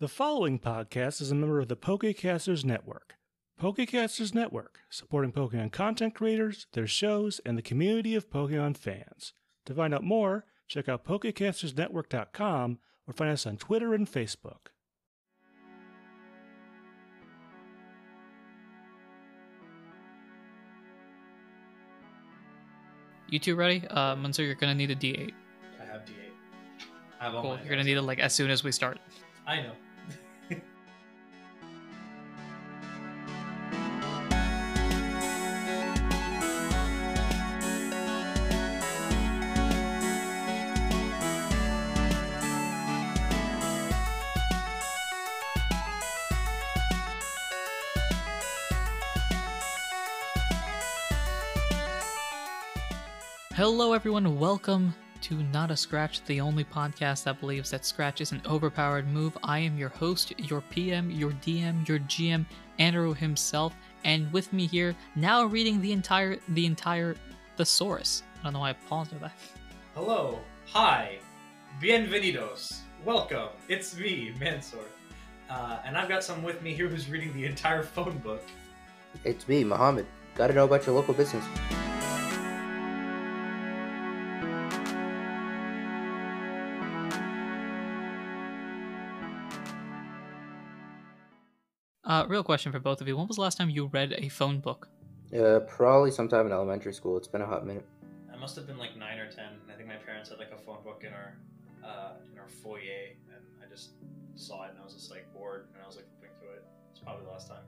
The following podcast is a member of the Pokecasters Network. Pokecasters Network, supporting Pokemon content creators, their shows, and the community of Pokemon fans. To find out more, check out PokecastersNetwork.com or find us on Twitter and Facebook. You two ready? Uh, Munzer, you're gonna need a D8. I have D8. I have all Cool. Oh my You're gonna need it like as soon as we start. I know. Hello, everyone. Welcome to Not a Scratch, the only podcast that believes that Scratch is an overpowered move. I am your host, your PM, your DM, your GM, Andrew himself, and with me here now reading the entire the entire thesaurus. I don't know why I paused with that. Hello. Hi. Bienvenidos. Welcome. It's me, Mansour. Uh, and I've got someone with me here who's reading the entire phone book. It's me, Mohammed. Gotta know about your local business. Uh, real question for both of you: When was the last time you read a phone book? Uh, probably sometime in elementary school. It's been a hot minute. I must have been like nine or ten. and I think my parents had like a phone book in our uh, in our foyer, and I just saw it, and I was just like bored, and I was like flipping through it. It's probably the last time.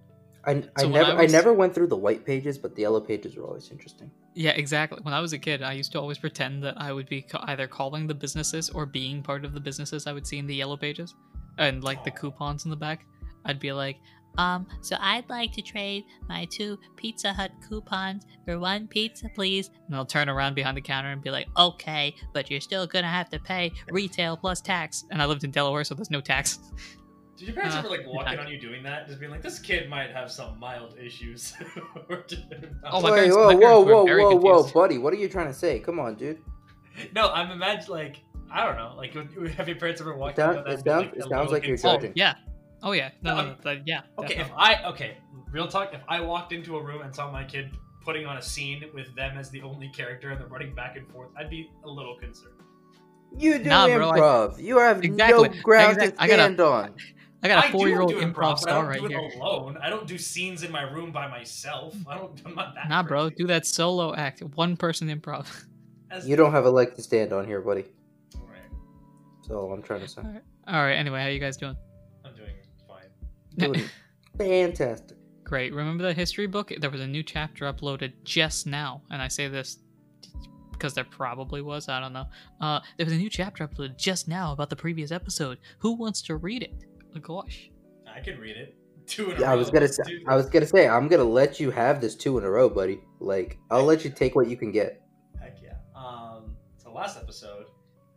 I, I So when never I I, was- never went through the white pages, but the yellow pages were always interesting. Yeah, exactly. When I was a kid, I used to always pretend that I would be ca- either calling the businesses or being part of the businesses I would see in the yellow pages and like the Aw. coupons in the back. I'd be like, um, so I'd like to trade my two Pizza Hut coupons for one pizza, please. And I'll turn around behind the counter and be like, okay, but you're still gonna have to pay retail plus tax. And I lived in Delaware, so there's no tax. Did your parents Uh, ever like walk in yeah. on you doing that, just being like, "This kid might have some mild issues"? Or just- Oh, my Wait, parents- whoa, my whoa, parents were whoa, very whoa, whoa, confused. buddy! What are you trying to say? Come on, dude. No, I'm imagine like I don't know. Like, would- would- have your parents ever walked? It sound- in on that it and been sounds- like, it "Hello, sounds like you're it's- judging. Yeah. Oh yeah. No, No, no, no, no, yeah. Okay, if definitely. I okay, real talk. If I walked into a room and saw my kid putting on a scene with them as the only character and they're running back and forth, I'd be a little concerned. You do Nah, bro, I- improv. You have Exactly. no ground Exact- to I gotta- stand on. I got I a do four-year-old do improv, but I star don't right do it here. alone. I don't do scenes in my room by myself. I don't. I'm not that. Nah, bro, crazy. do that solo act, one person improv. As- You don't have a leg to stand on here, buddy. Alright, That's all I'm trying to say. All right. Anyway, how you guys doing? I'm doing fine. Doing fantastic. Great. Remember the history book? There was a new chapter uploaded just now, and I say this because there probably was. I don't know. Uh, there was a new chapter uploaded just now about the previous episode. Who wants to read it? Oh, gosh. I can read it. Two in a Yeah, I was row. gonna Let's say. do I was this. gonna say. I'm gonna let you have this two in a row, buddy. Like I'll let you take what you can get. Heck yeah. Um. So last episode.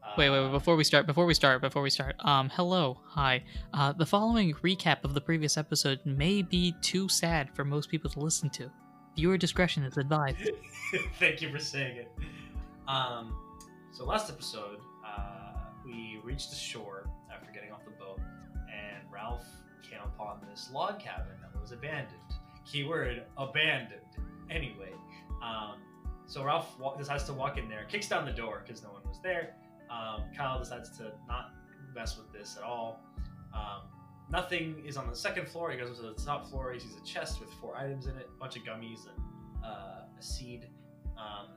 Uh, Wait, wait, wait. Before we start, before we start, before we start. Um, hello, hi. Uh, the following recap of the previous episode may be too sad for most people to listen to. Viewer discretion is advised. Thank you for saying it. Um, so last episode, uh, we reached the shore after getting off the boat, and Ralph came upon this log cabin that was abandoned. Keyword abandoned. Anyway, um, so Ralph wa- decides to walk in there, kicks down the door because no one was there. Um, Kyle decides to not mess with this at all. Um, nothing is on the second floor. He goes up to the top floor. He sees a chest with four items in it, a bunch of gummies and uh, a seed, um,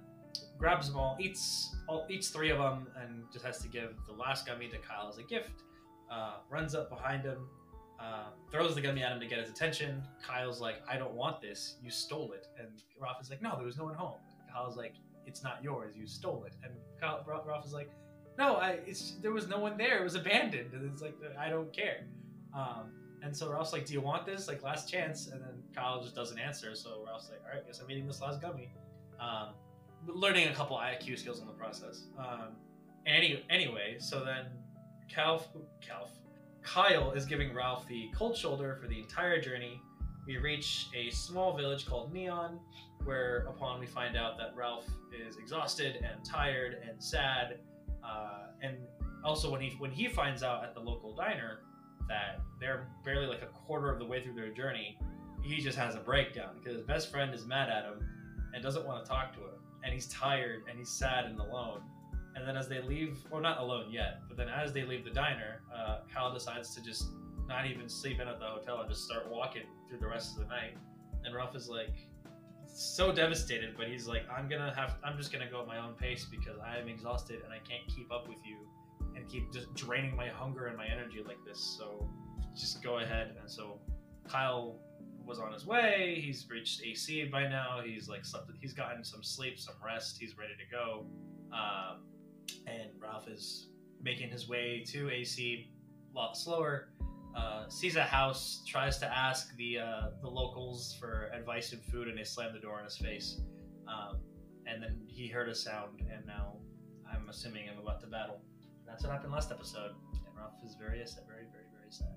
grabs them all, eats all, eats three of them, and just has to give the last gummy to Kyle as a gift. Uh, runs up behind him, uh, throws the gummy at him to get his attention. Kyle's like, "I don't want this. You stole it." And Ralph is like, "No, there was no one home." Kyle's like, "It's not yours. You stole it." And Kyle, Ra- Ralph is like, "No, I, it's there was no one there. It was abandoned." And it's like, "I don't care." Um, and so Ralph's like, "Do you want this? Like last chance." And then Kyle just doesn't answer. So Ralph's like, "All right, guess I'm eating this last gummy." Um, learning a couple IQ skills in the process. Um, any anyway, so then Calf, Calf, Kyle is giving Ralph the cold shoulder for the entire journey. We reach a small village called Neon, where upon we find out that Ralph is exhausted and tired and sad, uh, and also when he when he finds out at the local diner that they're barely like a quarter of the way through their journey. He just has a breakdown because his best friend is mad at him and doesn't want to talk to him, and he's tired and he's sad and alone. And then as they leave, well, not alone yet, but then as they leave the diner, uh, Kyle decides to just not even sleep in at the hotel and just start walking through the rest of the night. And Ralph is like so devastated, but he's like, I'm gonna have, I'm just gonna go at my own pace because I am exhausted and I can't keep up with you and keep just draining my hunger and my energy like this. So just go ahead. And so Kyle was on his way. He's reached AC by now. He's like slept. He's gotten some sleep, some rest. He's ready to go. Um, and Ralph is making his way to AC a lot slower. Uh, sees a house, tries to ask the uh, the locals for advice and food, and they slam the door in his face. Um, and then he heard a sound, and now I'm assuming I'm about to battle. And that's what happened last episode. And Ralph is very, very, very, very sad.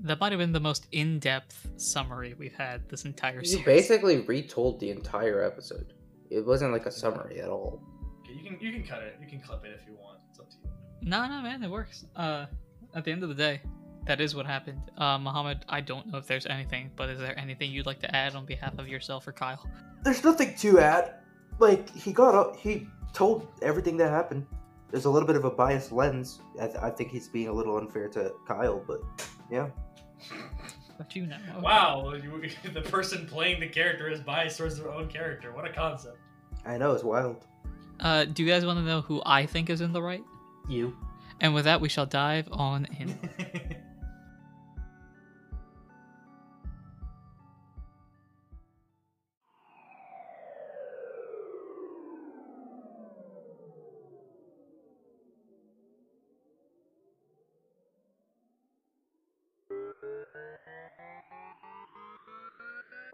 That might have been the most in-depth summary we've had this entire You series. basically retold the entire episode. It wasn't like a summary at all. Okay, you can you can cut it. You can clip it if you want. It's up to you. No, no, man, it works. Uh, at the end of the day, that is what happened. Uh, Muhammad, I don't know if there's anything, but is there anything you'd like to add on behalf of yourself or Kyle? There's nothing to add. Like he got up, he told everything that happened. There's a little bit of a biased lens. I, th- I think he's being a little unfair to Kyle, but What do you know? Okay. Wow, you- the person playing the character is biased towards their own character. What a concept. I know it's wild. Uh, do you guys want to know who I think is in the right? You. And with that, we shall dive on in.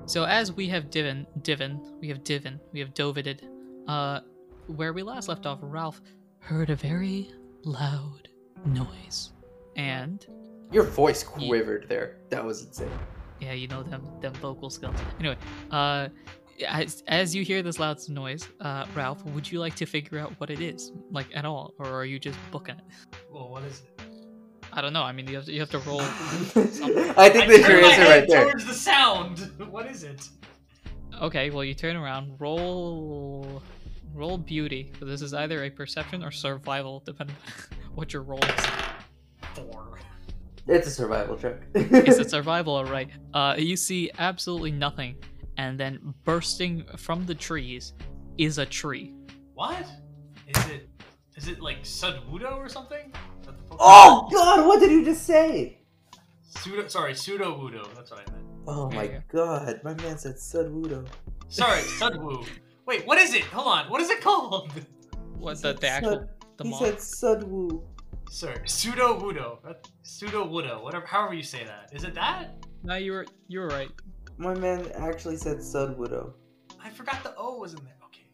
So as we have divin, divin, we have divin, we have dovided, uh, where we last left off, Ralph heard a very loud noise, and Your voice quivered there. That was insane. yeah, you know them them vocal skills. Anyway, uh, as as you hear this loud noise, uh, Ralph, would you like to figure out what it is, like at all, or are you just booking it? well, what is it? I don't know. I mean, you have to, you have to roll. I think that's your turned my answer head right there. Towards the sound. What is it? Okay, well, you turn around, roll, roll beauty. So this is either a perception or survival, depending on what your roll is. Four. It's a survival check. Is it survival all right? Uh, you see absolutely nothing, and then bursting from the trees is a tree. What? Is it? Is it like Sudwudo or something? Is that the Pokemon? oh God! What did you just say? Pseudo, sorry, pseudo wudo. That's what I meant. Oh There my you go. God! My man said Sudwudo. Sorry, Sudwu. Wait, what is it? Hold on. What is it called? What the, the actual the he mon- said Sudwu. Sir, pseudo wudo. That- Pseudo wudo. Whatever. However you say that. Is it that? No, you were you were right. My man actually said Sudwudo. I forgot the O was in there. Okay.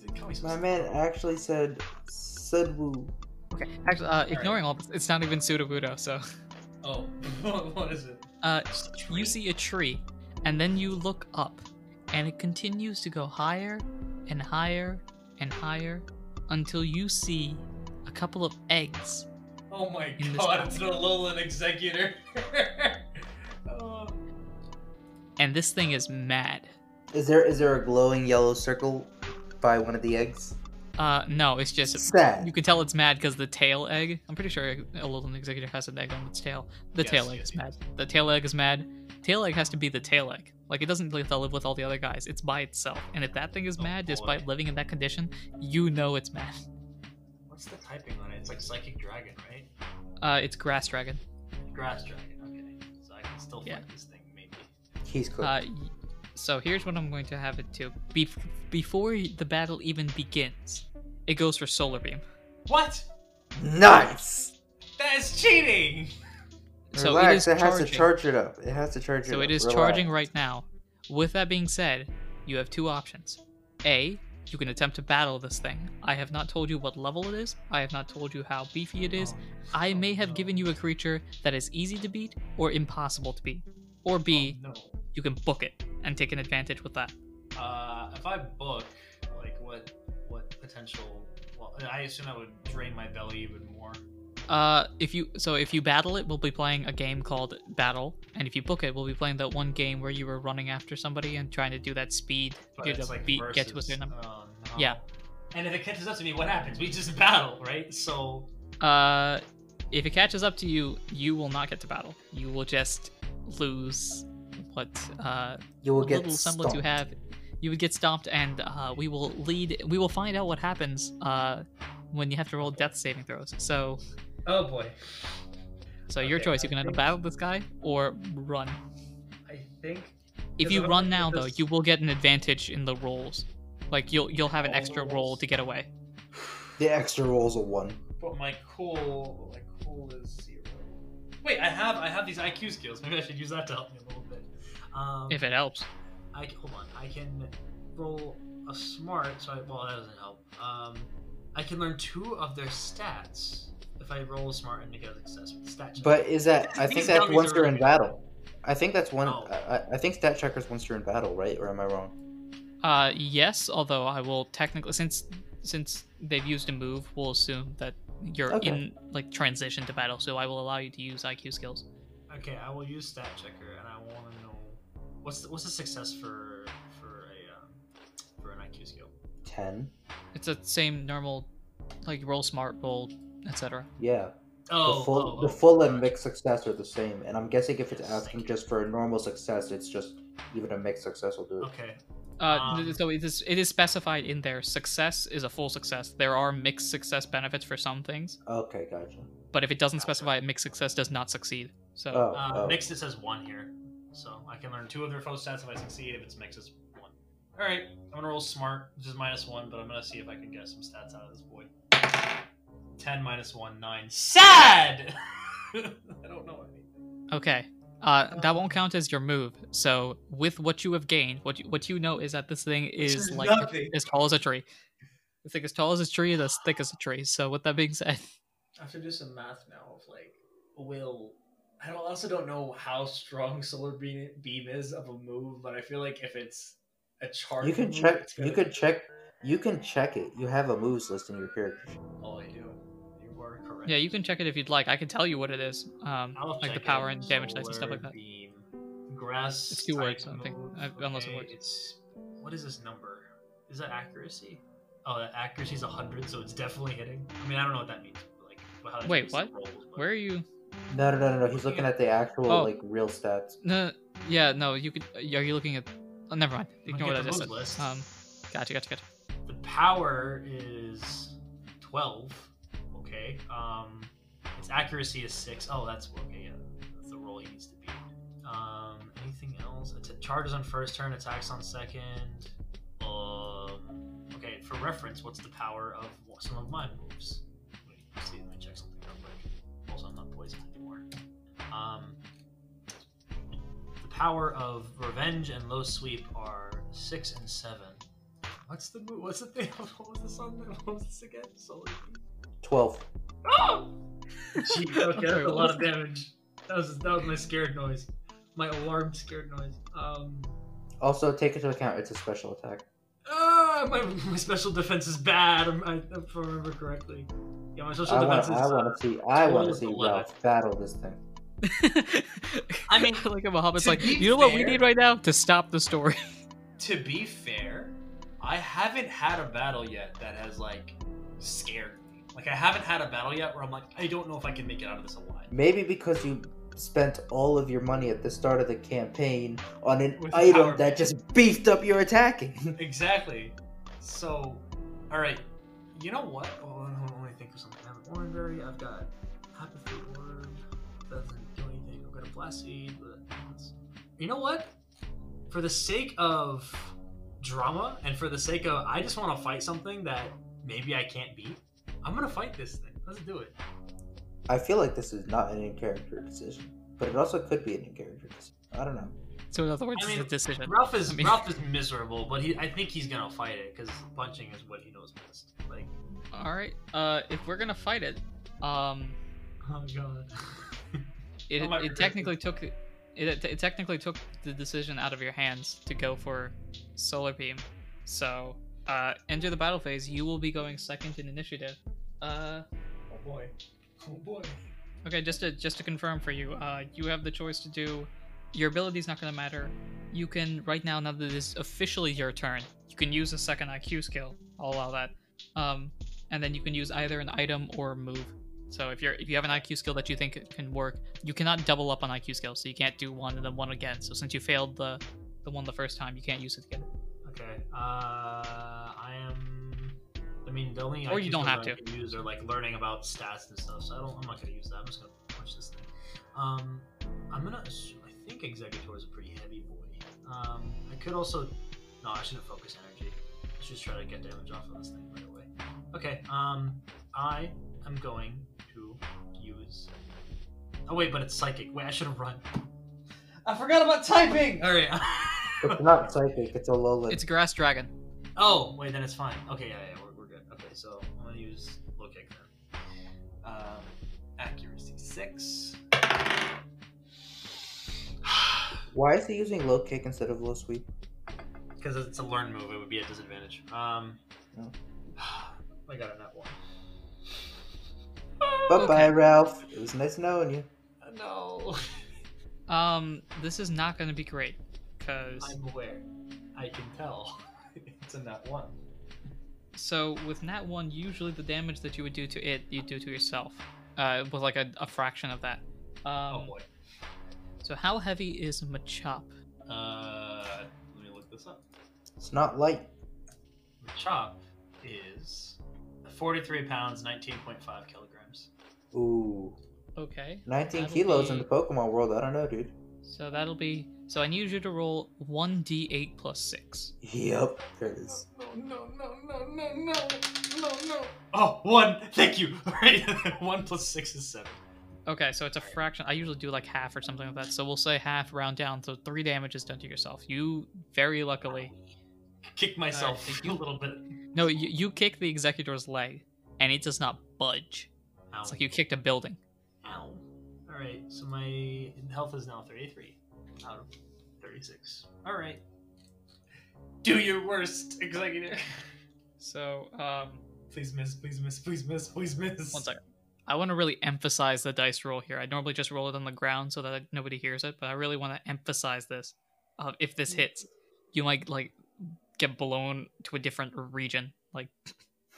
Dude, Call me some My stuff. man actually said Sudwu. Okay, actually, uh, ignoring all this, it's not even Sudowoodo. So, Oh, what is it? uh, Just a tree? you see a tree, and then you look up, and it continues to go higher and higher and higher until you see a couple of eggs. Oh my in this god, box. it's an Alolan executor. oh. And this thing is mad. Is there is there a glowing yellow circle by one of the eggs? Uh, no, it's just Sad. you can tell it's mad because the tail egg. I'm pretty sure a little executor has an egg on its tail. The Yes, tail egg yes, is mad. The tail egg is mad. Tail egg has to be the tail egg. Like it doesn't live live with all the other guys. It's by itself. And if that thing is Oh, mad, boy. despite living in that condition, you know it's mad. What's the typing on it? It's like Psychic Dragon, right? Uh, it's grass dragon. Grass Dragon, okay. So I can still Yeah. fight this thing, maybe. He's cooked. Uh, y- so here's what I'm going to have it do. Bef before the battle even begins, it goes for solar beam. What? nice. That is cheating! So it is Relax. It, has to charging. charge it up. It has to charge it So up. it is Relax. charging right now. With that being said, you have two options. A, you can attempt to battle this thing. I have not told you what level it is. I have not told you how beefy it is. Oh. I may have given you a creature that is easy to beat or impossible to beat. Or B, Oh, no. you can book it and take an advantage with that. Uh, if I book, like, what what potential. Well, I assume I would drain my belly even more. Uh, if you so if you battle it, we'll be playing a game called Battle, and if you book it, we'll be playing that one game where you were running after somebody and trying to do that speed. But do it's the like beat versus, gets within them. oh, no. Yeah. And if it catches up to me, what happens? We just battle, right? So Uh, if it catches up to you, you will not get to battle. You will just lose what uh You will what get little semblance you stomped. have. You would get stomped, and uh, we will lead. We will find out what happens uh when you have to roll death saving throws. So, Oh boy. so your Okay, choice. I You can either think- battle this guy or run. I think If Because you I'm run looking at now, though, this- you will get an advantage in the rolls. Like you'll you'll have an Oh, extra roll to get away. The extra rolls a one. but my cool my cool is zero. Wait, I have I have these IQ skills. Maybe I should use that to help me a little bit. Um If it helps. I hold on, I can roll a smart so I well that doesn't help. Um I can learn two of their stats if I roll a smart and make a success with the stat check. But is that? I think These that's dummies once are you're in really battle. I think that's one. Oh. I, I- I think stat checkers once you're in battle, right? Or am I wrong? Uh, yes. Although I will technically, since since they've used a move, we'll assume that you're Okay. in like transition to battle. So I will allow you to use IQ skills. Okay, I will use stat checker, and I want to know what's the, what's the success for for a um, for an IQ skill. Ten. It's the same normal, like roll smart, roll, etc. Yeah. Oh, the full, oh, the oh, full and gotcha. mixed success are the same, and I'm guessing if it's Yes, asking thank you. just for a normal success, it's just even a mixed success will do it. Okay, Uh, th- Um. so it is it is specified in there. Success is a full success. There are mixed success benefits for some things, Okay, gotcha. but if it doesn't Gotcha. specify it, mixed success does not succeed. So Oh, uh, oh. mixed it says one here, so I can learn two of their foe stats if I succeed. If it's mixed, it's one. All right, I'm gonna roll smart, which is minus one, but I'm gonna see if I can get some stats out of this boy. Ten minus one, nine. Sad. I don't know anything. Okay. Uh, that won't count as your move. So, with what you have gained, what you, what you know is that this thing is is like nothing. as tall as a tree. It's like as tall as a tree and as thick as a tree. So, with that being said, I have to do some math now of like will. I don't, also don't know how strong solar beam, beam is of a move, but I feel like if it's a charge, You can move, check. it's You gonna- could check. You can check it. You have a moves list in your character. sheet. Oh, I do. You are correct. yeah, you can check it if you'd like. I can tell you what it is, um, I'll like the check power it. and damage dice and stuff Solar like that. Beam, grass. It's two type words, I think. move. I- unless it Okay, works. It's what is this number? Is that accuracy? Oh, that accuracy is hundred, so it's definitely hitting. I mean, I don't know what that means. Like, how that Wait, affects the rolls, but- Where are you? No, no, no, no, no. He's looking at the actual Oh. like real stats. No, yeah, no. You could. Are you looking at? Oh, never mind. Ignore at what I the just move said. list. Um, gotcha, gotcha, gotcha. The power is 12. Okay. Um, its accuracy is 6. Oh, that's okay. Yeah. That's the roll he needs to beat. Um, anything else? It charges on first turn, attacks on second. Um, okay, for reference, what's the power of wh- some of my moves? Wait, let's see, let me check something real quick. Also, I'm not poisoned anymore. Um, the power of revenge and low sweep are 6 and 7. What's the mo- what's the thing? What was the song? that- What was this again? Solar. Twelve. Oh! Gee, okay, that's sorry, a what lot was of damage. That was that was my scared noise, my alarmed scared noise. Um, Also, take into account it's a special attack. ah, my, my special defense is bad. I'm, I, if I remember correctly, yeah, my special I want. defense to I is. want to see. I want 12, to see 11. Ralph battle this thing. I mean, like a Muhammad's to like, be you know what we fair- need right now to stop the story. to be fair, I haven't had a battle yet that has like scared me. Like I haven't had a battle yet where I'm like, I don't know if I can make it out of this alive. Maybe because you spent all of your money at the start of the campaign on an With power item that bank. just beefed up your attacking. Exactly. So, all right. You know what? Hold on, hold on. Let me think of something. I have an Oranberry. I've got Apathy Orb. That doesn't do anything. I've got a Blast Seed. but that's- You know what? For the sake of drama and for the sake of, I just want to fight something that maybe I can't beat. I'm gonna fight this thing. Let's do it. I feel like this is not an in character decision, but it also could be an in character decision. I don't know. So in other words, I mean, it's a decision. Ralph is I mean- Ralph is miserable, but he I think he's gonna fight it because punching is what he knows best. Like, All right. Uh, if we're gonna fight it, um, oh god. it, I might it regret technically this. took it, it technically took the decision out of your hands to go for solar beam. So, uh, enter the battle phase. You will be going second in initiative. Uh, oh boy. Oh boy. Okay, just to just to confirm for you, uh, you have the choice to do. Your ability's not going to matter. You can right now, now that it is officially your turn, you can use a second IQ skill. I'll allow that. Um, and then you can use either an item or move. So if you're if you have an IQ skill that you think can work, you cannot double up on IQ skills. So you can't do one and then one again. So since you failed the the one the first time, you can't use it again. Okay. Uh, I am. I mean, the only Or you IQ don't skills have I can use are like learning about stats and stuff. So I don't. I'm not gonna use that. I'm just gonna punch this thing. Um, I'm gonna. Assume, I think Executor is a pretty heavy boy. Um, I could also. No, I shouldn't focus energy. I should just try to get damage off of this thing right away. Okay. Um, I am going to use. Oh wait, but it's psychic. Wait, I should have run. I forgot about typing. All right. It's not psychic. It's a Alolan. It's grass dragon. Oh, wait, then it's fine. Okay, yeah, yeah, we're, we're good. Okay, so I'm gonna use low kick then. Um, accuracy six. Why is he using low kick instead of low sweep? Because it's a learn move, it would be a disadvantage. Um, Oh. I got a net one. Bye bye, Ralph. It was nice knowing you. Uh, No, Um, this is not going to be great because I'm aware. I can tell. it's a net one. So with Nat one, usually the damage that you would do to it, you do to yourself. Uh, was like a, a fraction of that. Oh Um, boy. so how heavy is Machop? Uh, let me look this up. It's not light. Chop is 43 pounds, 19.5 kilograms. Ooh, Okay. 19 That'll kilos be- in the Pokemon world. I don't know, dude. So that'll be. So I need you to roll one d8 plus six. Yep, there it is. no, no, no, no, no, no, no. Oh, one. Thank you. All right, one plus six is seven. Okay, so it's a fraction. I usually do like half or something like that. So we'll say half, round down. So three damage is done to yourself. You very luckily. Kick myself thank a little bit. No, you, you kick the executor's leg, and it does not budge. Ow. It's like you kicked a building. Ow. All right, so my health is now 33 out of 36. All right. Do your worst, executive. So um, please miss, please miss, please miss, please miss. One second. I want to really emphasize the dice roll here. I normally just roll it on the ground so that nobody hears it, but I really want to emphasize this. Uh, if this hits, you might like get blown to a different region. Like,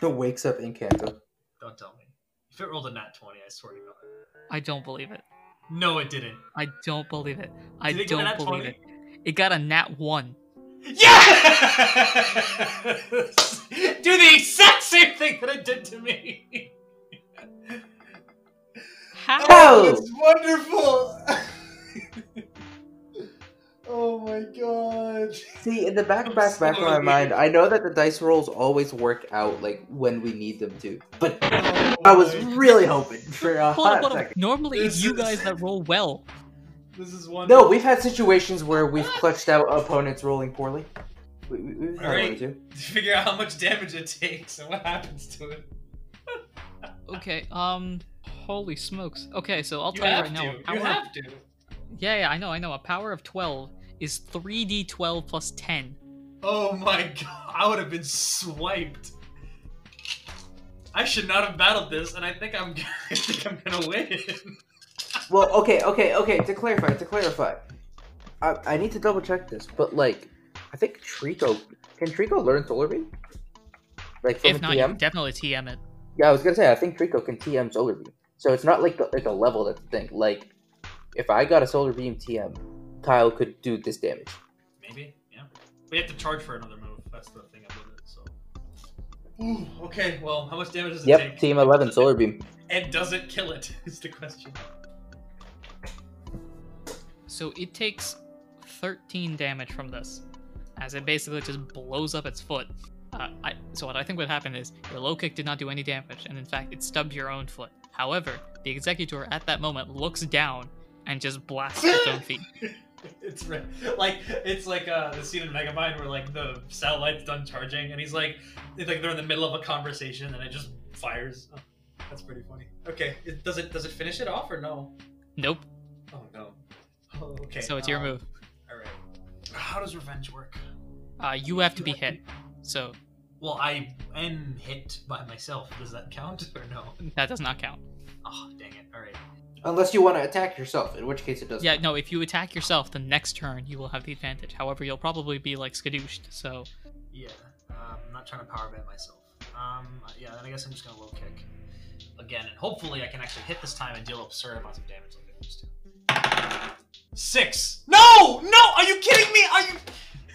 It wakes up Encanto. Don't tell me. If it rolled a nat 20, I swear you know. I don't believe it. No, it didn't. I don't believe it. I Did it get a don't nat believe 20? it. It got a nat one. Yes! Do the exact same thing that it did to me. How? Oh! it's wonderful. oh my god. See, in the back, I'm back, back of so my mind, weird. I know that the dice rolls always work out like when we need them to, but Oh I was boy. really hoping for a Hold up, hot hold second. up. Normally, it's This you is- guys that roll well. This is wonderful. No, we've had situations where we've clutched out opponents rolling poorly. We, we, we've had one or Alright. two. Figure out how much damage it takes and what happens to it. Okay. Um. Holy smokes. Okay, so I'll you tell you have right to. now. a power You of- have to. Yeah, yeah, I know, I know. A power of twelve is three d twelve plus ten. Oh my god. I would have been swiped. I should not have battled this, and I think I'm. I think I'm gonna win. Well, okay, okay, okay. To clarify, to clarify, I, I need to double check this, but like, I think Trico can Trico learn Solar Beam? Like from If a not, you TM? can definitely TM it. Yeah, I was gonna say I think Trico can TM Solar Beam, so it's not like the, like a level that's the thing. Like, if I got a Solar Beam TM, Kyle could do this damage. Maybe, yeah. We have to charge for another move. That's the thing about it. So. Ooh, okay. Well, how much damage does it Yep, take? Team Eleven Solar Beam. And does it kill it? Is the question. So it takes 13 damage from this, as it basically just blows up its foot. Uh, I, so what I think would happen is your low kick did not do any damage, and in fact, it stubbed your own foot. However, the executor at that moment looks down and just blasts its own feet. it's re- like it's like uh, the scene in Megamind where like the satellite's done charging, and he's like, it's like they're in the middle of a conversation, and it just fires. Oh, that's pretty funny. Okay, it, does it does it finish it off or no? Nope. Oh no. Oh, okay. so it's your um, move. All right. How does revenge work? Uh, you have to be hit. So Well, I am hit by myself. Does that count or no? that does not count. Oh, dang it. All right. Unless you want to attack yourself, in which case it doesn't. Yeah, no, if you attack yourself, then next turn you will have the advantage. However, you'll probably be like skadooshed, so Yeah. Um, I'm not trying to power bed myself. Um, yeah, then I guess I'm just going to low kick again, and hopefully I can actually hit this time and deal absurd amounts of damage like I used to. Six. No! No! Are you kidding me? Are you.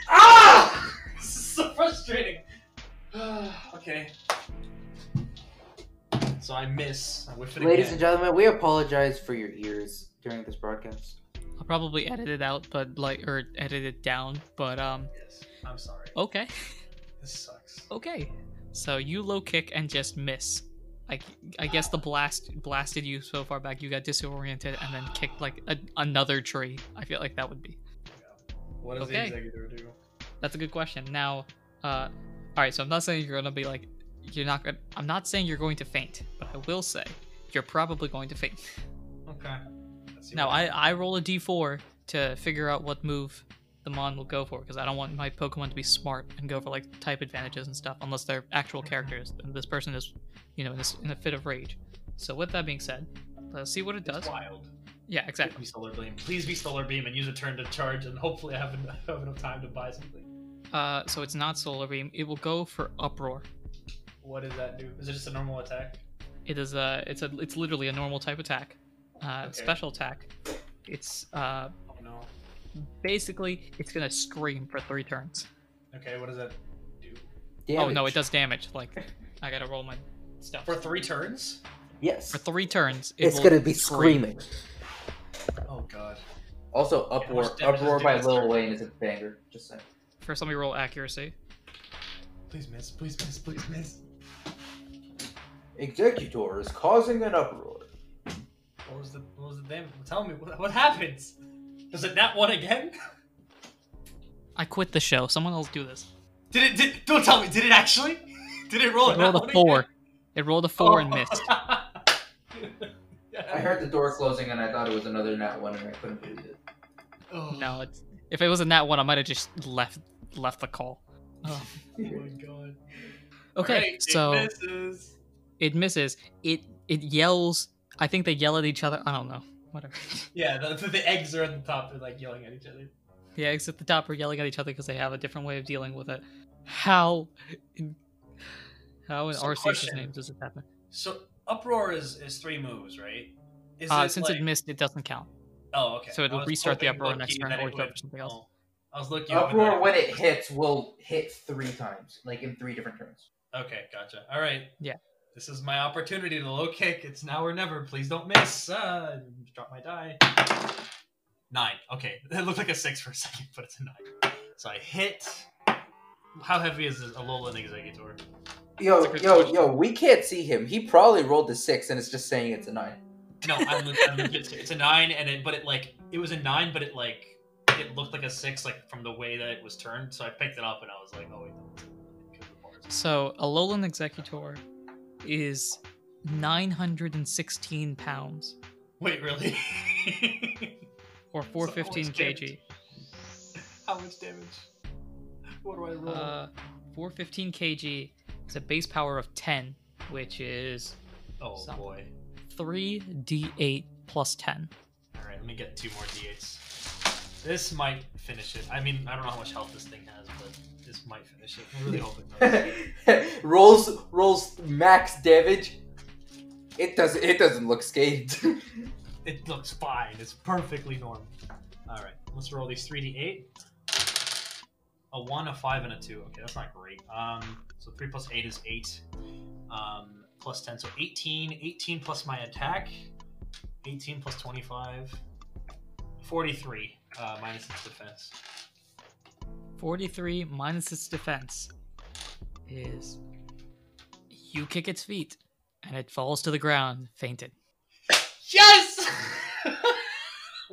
Ah! this is so frustrating. okay. So I miss. I whiff it Ladies and again. gentlemen, we apologize for your ears during this broadcast. I'll probably edit it out, but like or edit it down. But um, Yes. I'm sorry. okay, This sucks. okay. So you low kick and just miss. Like I guess the blast blasted you so far back, you got disoriented and then kicked like a, another tree. I feel like that would be. What does Okay. the executor do? That's a good question. Now, uh, all right. So I'm not saying you're gonna be like, you're not gonna. I'm not saying you're going to faint, but I will say you're probably going to faint. Okay. Let's see Now what- I I roll a d4 to figure out what move the mon will go for because I don't want my Pokemon to be smart and go for like type advantages and stuff unless they're actual characters and this person is, you know, in, this, in a fit of rage. So with that being said, let's see what it It's does. wild. Yeah, exactly. Please be solar beam. Please be solar beam and use a turn to charge, and hopefully I have enough, have enough time to buy something. Uh, so it's not Solar Beam. It will go for Uproar. What does that do? Is it just a normal attack? It is a it's a it's literally a normal type attack, uh, Okay. special attack. It's uh Oh no. basically it's gonna scream for three turns. Okay, what does that do? Oh no, Damage. it does damage. Like I gotta roll my stuff. For three turns? Yes. For three turns, it it's will gonna be scream. screaming. Oh god. Also, how much uproar, damage uproar does by Dino Lil Stark Wayne do? is a banger. Just saying. First, let me roll accuracy. Please miss, please miss, please miss. Executor is causing an uproar. What was the what was the damage? Tell me what, what happens? Does it not one again? I quit the show. Someone else do this. Did it did don't tell me, did it actually? Did it roll It rolled a four. It rolled a four Oh. and missed. I heard the door closing and I thought it was another nat one and I couldn't believe it. Oh, No, it's, if it wasn't that one, I might have just left left the call. Oh. Oh my god. Okay, Alright, it so misses. it misses. It it yells. I think they yell at each other. I don't know. Whatever. Yeah, the, the, the eggs are at the top, they're like yelling at each other. Yeah, except the top are yelling at each other because they have a different way of dealing with it. How, in, how in So Arceus' question. name does it happen? So uproar is is three moves, right? Is Uh, since like- it missed, it doesn't count. oh okay. So I it'll was restart the hoping uproar low-key next turn that or it go for would- something else. oh. I was looking. up and Uproar, like- when it hits, will hit three times, like in three different turns. Okay, gotcha. All right. Yeah. This is my opportunity to low kick. It's now or never. Please don't miss. Uh, drop my die. Nine. Okay, that looked like a six for a second, but it's a nine. So I hit. How heavy is this Alolan Executor? Yo, That's a good yo, question. yo, we can't see him. He probably rolled a six and it's just saying it's a nine. No, I'm, I'm legit. It's a nine, and it, but it like it was a nine, but it like it looked like a six, like from the way that it was turned. So I picked it up, and I was like, oh wait. no, it's a nine, because of the bars. So Alolan Executor is 916 pounds Wait, really? or 415 almost kg. How much damage? What do I roll? Uh, 415 kg is a base power of 10, which is oh something. boy. 3d8 plus 10. All right, let me get two more d8s. This might finish it. I mean, I don't know how much health this thing has, but this might finish it. I'm really hoping. not. rolls rolls max damage. It doesn't it doesn't look scathed. it looks fine. It's perfectly normal. All right, let's roll these three d8. A one, a five, and a two. Okay, that's not great. Um, so three plus eight is eight. Um, plus ten, so eighteen. Eighteen plus my attack. Eighteen plus twenty-five. Forty-three. Uh, minus its defense. 43 minus its defense is you kick its feet and it falls to the ground fainted. Yes!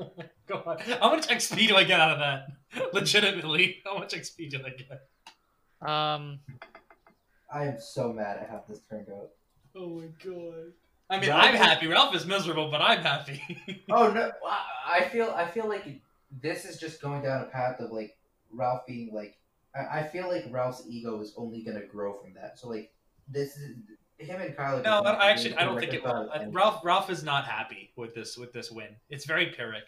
oh my god. How much XP do I get out of that? Legitimately, how much XP do I get? Um, I am so mad at how this turned out. Oh my god. I mean, Ralph I'm is- happy. Ralph is miserable, but I'm happy. Oh no! I- I feel I feel like this is just going down a path of like Ralph being like I, I feel like Ralph's ego is only gonna grow from that. So like this is Him and Kyle. No, I I actually I don't think it will. I- Ralph Ralph is not happy with this with this win. It's very pyrrhic.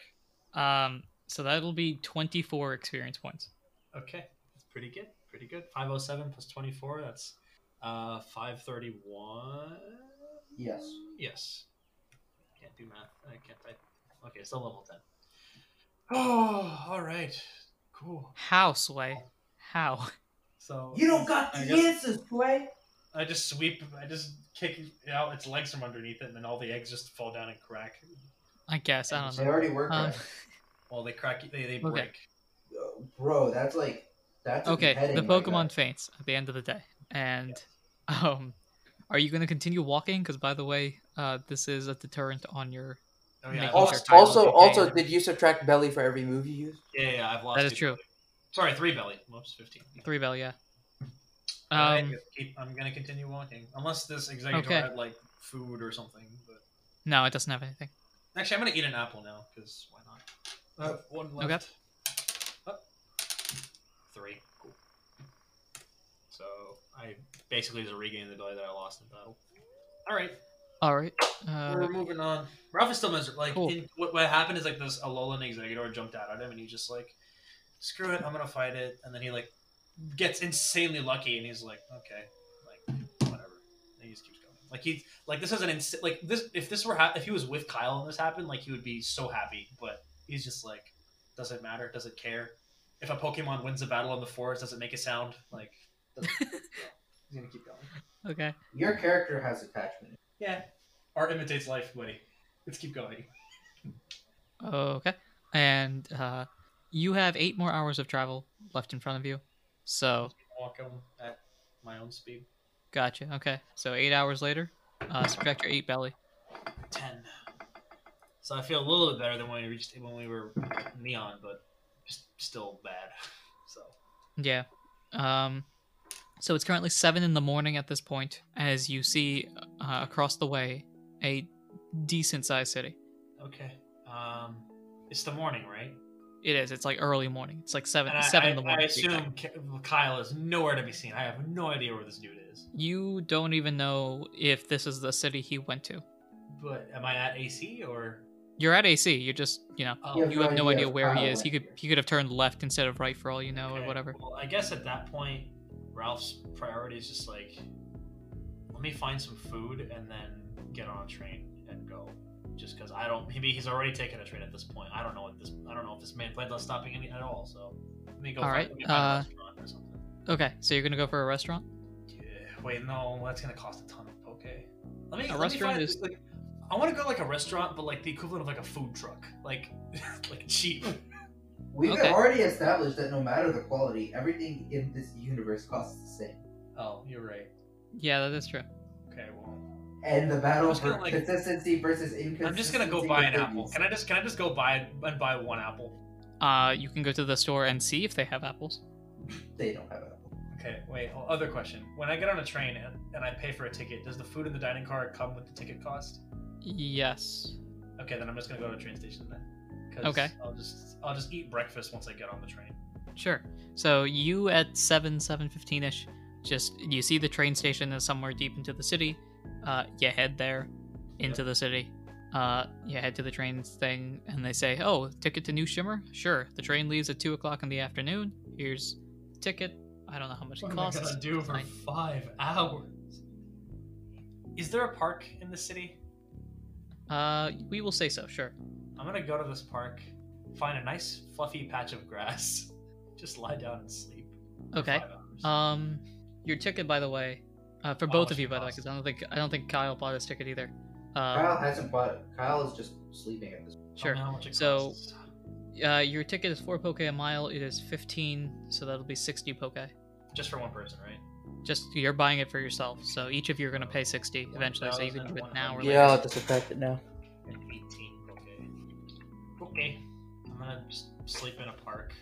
Um, so that'll be 24 experience points. Okay, that's pretty good. Pretty good. Five oh seven plus twenty four. That's uh five thirty one. Yes. Yes. Can't do math. I can't type. Okay, it's a level ten. Oh, all right. Cool. How, Sway? How? So You don't got the I guess- answers, Clay. I just sweep. I just kick out its legs from underneath it, and then all the eggs just fall down and crack. I guess. I don't They know. already work, Um, right? Well, they crack. They they break. Yo, bro. That's like that's. okay, beheading, the my Pokemon guy. faints at the end of the day. And um, are you going to continue walking? Because, by the way, uh, this is a deterrent on your. Oh Making yeah. I've sure lost- Also, Kyle also, is okay. also, did you subtract belly for every move you use? yeah, yeah. I've lost. That is two true. belly. Sorry, three belly. Whoops, fifteen. Three bell, yeah. I Um, keep, I'm gonna continue walking, unless this executor Okay. had like food or something. But no, it doesn't have anything. actually, I'm gonna eat an apple now because why not? I have one Okay. left. Oh. Three. Cool. So I basically just regained the belly that I lost in battle. All right. All right. Uh, We're moving on. Ralph is still miserable. Like Cool. in, what, what happened is like this Alolan Executor jumped out at him, and he just like, screw it, I'm gonna fight it. And then he like gets insanely lucky, and he's like, okay, like whatever. And he just keeps going. Like he's like this is an ins- like this if this were ha- if he was with Kyle and this happened, like he would be so happy. But he's just like, doesn't matter, doesn't care. If a Pokemon wins a battle in the forest, does it make a sound? Like, doesn't, he's gonna keep going. okay. Your character has attachment. Yeah, art imitates life, buddy. Let's keep going. Okay. And uh, you have eight more hours of travel left in front of you. So, walk him at my own speed. gotcha. Okay. So, eight hours later, uh, subtract your eight belly. Ten. So I feel a little bit better than when we reached when we were neon, but just still bad. So Yeah. Um, so it's currently seven in the morning at this point, as you see uh, across the way a decent sized city. okay. Um, it's the morning, right? It is. It's like early morning. It's like seven And I, seven I, in the morning. I to be exact. assume Ki- Kyle is nowhere to be seen. I have no idea where this dude is. You don't even know if this is the city he went to. But am I at AC or? You're at AC. You're just you know Oh, You have you have no idea where he Kyle is. He went could here. he could have turned left instead of right for all you know okay. or whatever. Well, I guess at that point, Ralph's priority is just like, let me find some food and then get on a train and go. Just because I don't, maybe he's already taken a train at this point. I don't know what this. I don't know if this man plans on stopping any at all. So let me go. All find, right, let me find uh, a restaurant or something. Okay, so you're gonna go for a restaurant. Yeah, wait, no, that's gonna cost a ton of poke. Let me. A let me restaurant find- is- like, I want to go like a restaurant, but like the equivalent of like a food truck, like like cheap. We've Okay. already established that no matter the quality, everything in this universe costs the same. oh, you're right. Yeah, that is true. Okay, well, And the battle just for gonna, like- consistency versus inconsistency. I'm just gonna go buy an apple. continues. Can I just can I just go buy and buy one apple? Uh, you can go to the store and see if they have apples. They don't have apple. Okay, wait. o- Other question: When I get on a train and, and I pay for a ticket, does the food in the dining car come with the ticket cost? Yes. Okay, then I'm just gonna go to a train station then. 'Cause Okay. I'll just I'll just eat breakfast once I get on the train. Sure. So you at seven seven fifteen ish, just you see the train station is somewhere deep into the city. Uh, you head there, into the city. Uh, you head to the train thing, and they say, "Oh, ticket to New Shimmer? Sure. The train leaves at two o'clock in the afternoon. Here's ticket. I don't know how much it costs. Fine. five hours? Is there a park in the city? Uh, we will say so. Sure. I'm gonna go to this park, find a nice fluffy patch of grass, just lie down and sleep. for Okay. five hours. Um, your ticket, by the way, uh, for How both much of it you, by the way, costs? because I don't think I don't think Kyle bought his ticket either. Kyle Um, Uh, hasn't bought. Kyle is just sleeping at this. Tell sure. me how much it So- costs. Uh, your ticket is four poke a mile. It is fifteen, so that'll be sixty poke. just for one person, right? Just you're buying it for yourself, so each of you are gonna pay sixty eventually. So you can do it now or later. Yeah, I'll disinfect it now. and 18. Okay. Okay. I'm gonna just sleep in a park.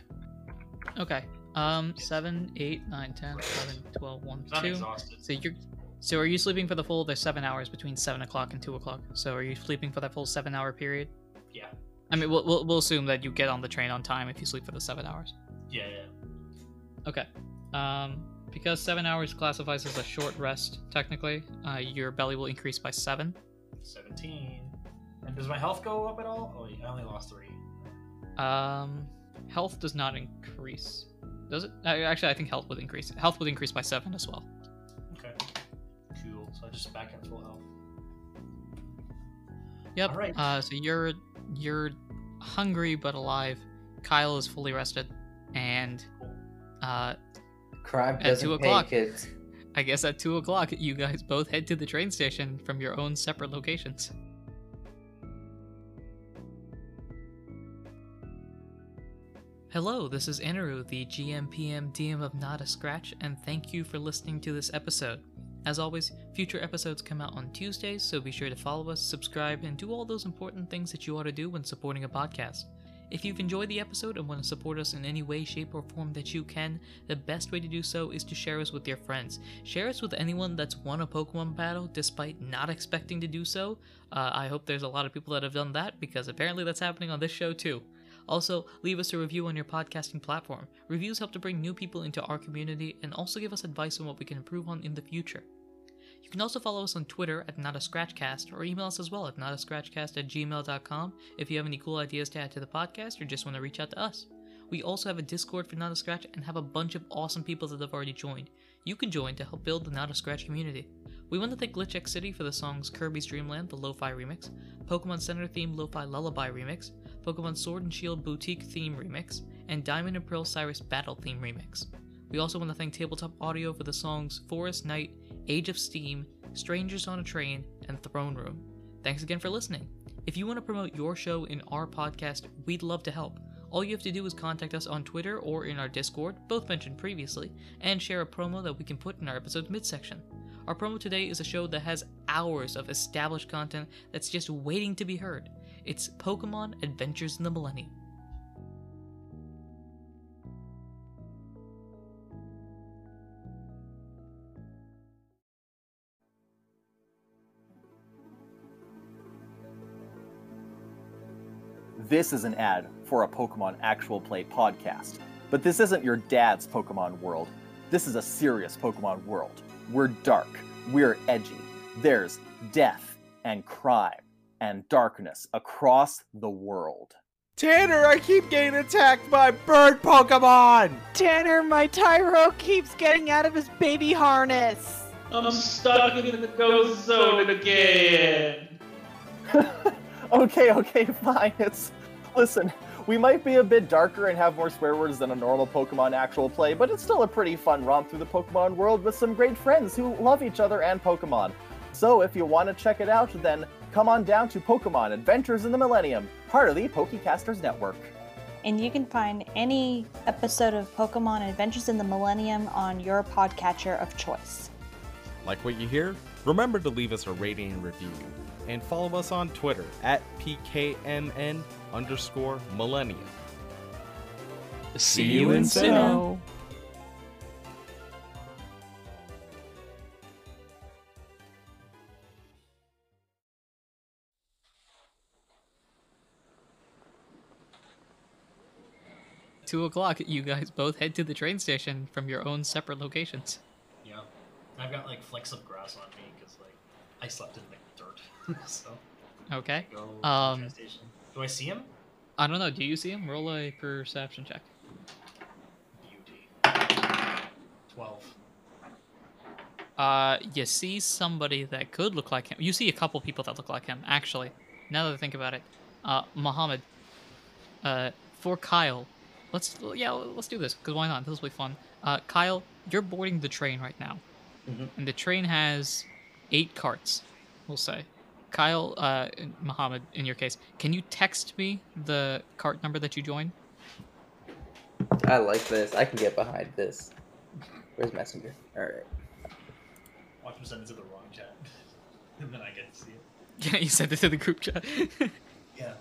Okay. Um, seven, eight, nine, ten, eleven, twelve, one, 'Cause I'm two. exhausted. So you're. So are you sleeping for the full? There's seven hours between seven o'clock and two o'clock. So are you sleeping for that full seven hour period? Yeah. I mean, we'll, we'll, we'll assume that you get on the train on time if you sleep for the seven hours. Yeah, yeah. Okay. Um, Because seven hours classifies as a short rest, technically, uh, your belly will increase by seven. 17. And does my health go up at all? Oh, yeah, I only lost three. Um, health does not increase. Does it? Uh, actually, I think health would increase. Health would increase by seven as well. Okay. Cool. So I just back at full health. Yep. All right. Uh, so you're you're hungry but alive. Kyle is fully rested, and uh, Crime At doesn't two pay, o'clock. kids. I guess at two o'clock you guys both head to the train station from your own separate locations. Hello, this is Inaru, the GMPM DM of Not a Scratch, and thank you for listening to this episode. As always, future episodes come out on Tuesdays, so be sure to follow us, subscribe, and do all those important things that you ought to do when supporting a podcast. If you've enjoyed the episode and want to support us in any way, shape, or form that you can, the best way to do so is to share us with your friends. Share us with anyone that's won a Pokemon battle despite not expecting to do so. Uh, I hope there's a lot of people that have done that because apparently that's happening on this show too. Also, leave us a review on your podcasting platform. Reviews help to bring new people into our community and also give us advice on what we can improve on in the future. You can also follow us on Twitter at NotAScratchCast or email us as well at NotAScratchCast at gmail.com if you have any cool ideas to add to the podcast or just want to reach out to us. We also have a Discord for Not a Scratch and have a bunch of awesome people that have already joined. You can join to help build the Not a Scratch community. We want to thank Glitch X City for the songs Kirby's Dream Land, the Lo-Fi Remix, Pokemon Center theme Lo-Fi Lullaby Remix, Pokemon Sword and Shield Boutique theme Remix, and Diamond and Pearl Cyrus Battle theme Remix. We also want to thank Tabletop Audio for the songs Forest Night, Age of Steam, Strangers on a Train, and Throne Room. Thanks again for listening. If you want to promote your show in our podcast, we'd love to help. All you have to do is contact us on Twitter or in our Discord, both mentioned previously, and share a promo that we can put in our episode's midsection. Our promo today is a show that has hours of established content that's just waiting to be heard. It's Pokemon Adventures in the Millennium. This is an ad for a Pokemon actual play podcast. But this isn't your dad's Pokemon world. This is a serious Pokemon world. We're dark. We're edgy. There's death and crime and darkness across the world. Tanner, I keep getting attacked by bird Pokemon! Tanner, my Tyro keeps getting out of his baby harness. I'm stuck in the ghost zone again. okay, okay, fine. It's listen. We might be a bit darker and have more swear words than a normal Pokemon actual play, but it's still a pretty fun romp through the Pokemon world with some great friends who love each other and Pokemon. So if you want to check it out, then come on down to Pokemon Adventures in the Millennium, part of the Pokecasters Network. And you can find any episode of Pokemon Adventures in the Millennium on your podcatcher of choice. Like what you hear? Remember to leave us a rating and review. And follow us on Twitter at PKMN underscore millennium. See you in Sinnoh. Two o'clock, you guys both head to the train station from your own separate locations. Yeah. I've got like flecks of grass on me because like I slept in like dirt. so Okay. go to the Um, train station. Do I see him? I don't know. Do you see him? Roll a perception check. Beauty. Twelve. Uh, you see somebody that could look like him. You see a couple people that look like him, actually. Now that I think about it, uh, Muhammad. Uh, for Kyle, let's yeah, let's do this because why not? This will be fun. Uh, Kyle, you're boarding the train right now, Mhm. and the train has eight carts. We'll say, Kyle, uh, and Muhammad, in your case, can you text me the cart number that you joined? I like this. I can get behind this. Where's Messenger? Alright. Watch him send it to the wrong chat. and then I get to see it. Yeah, you sent it to the group chat. Yeah.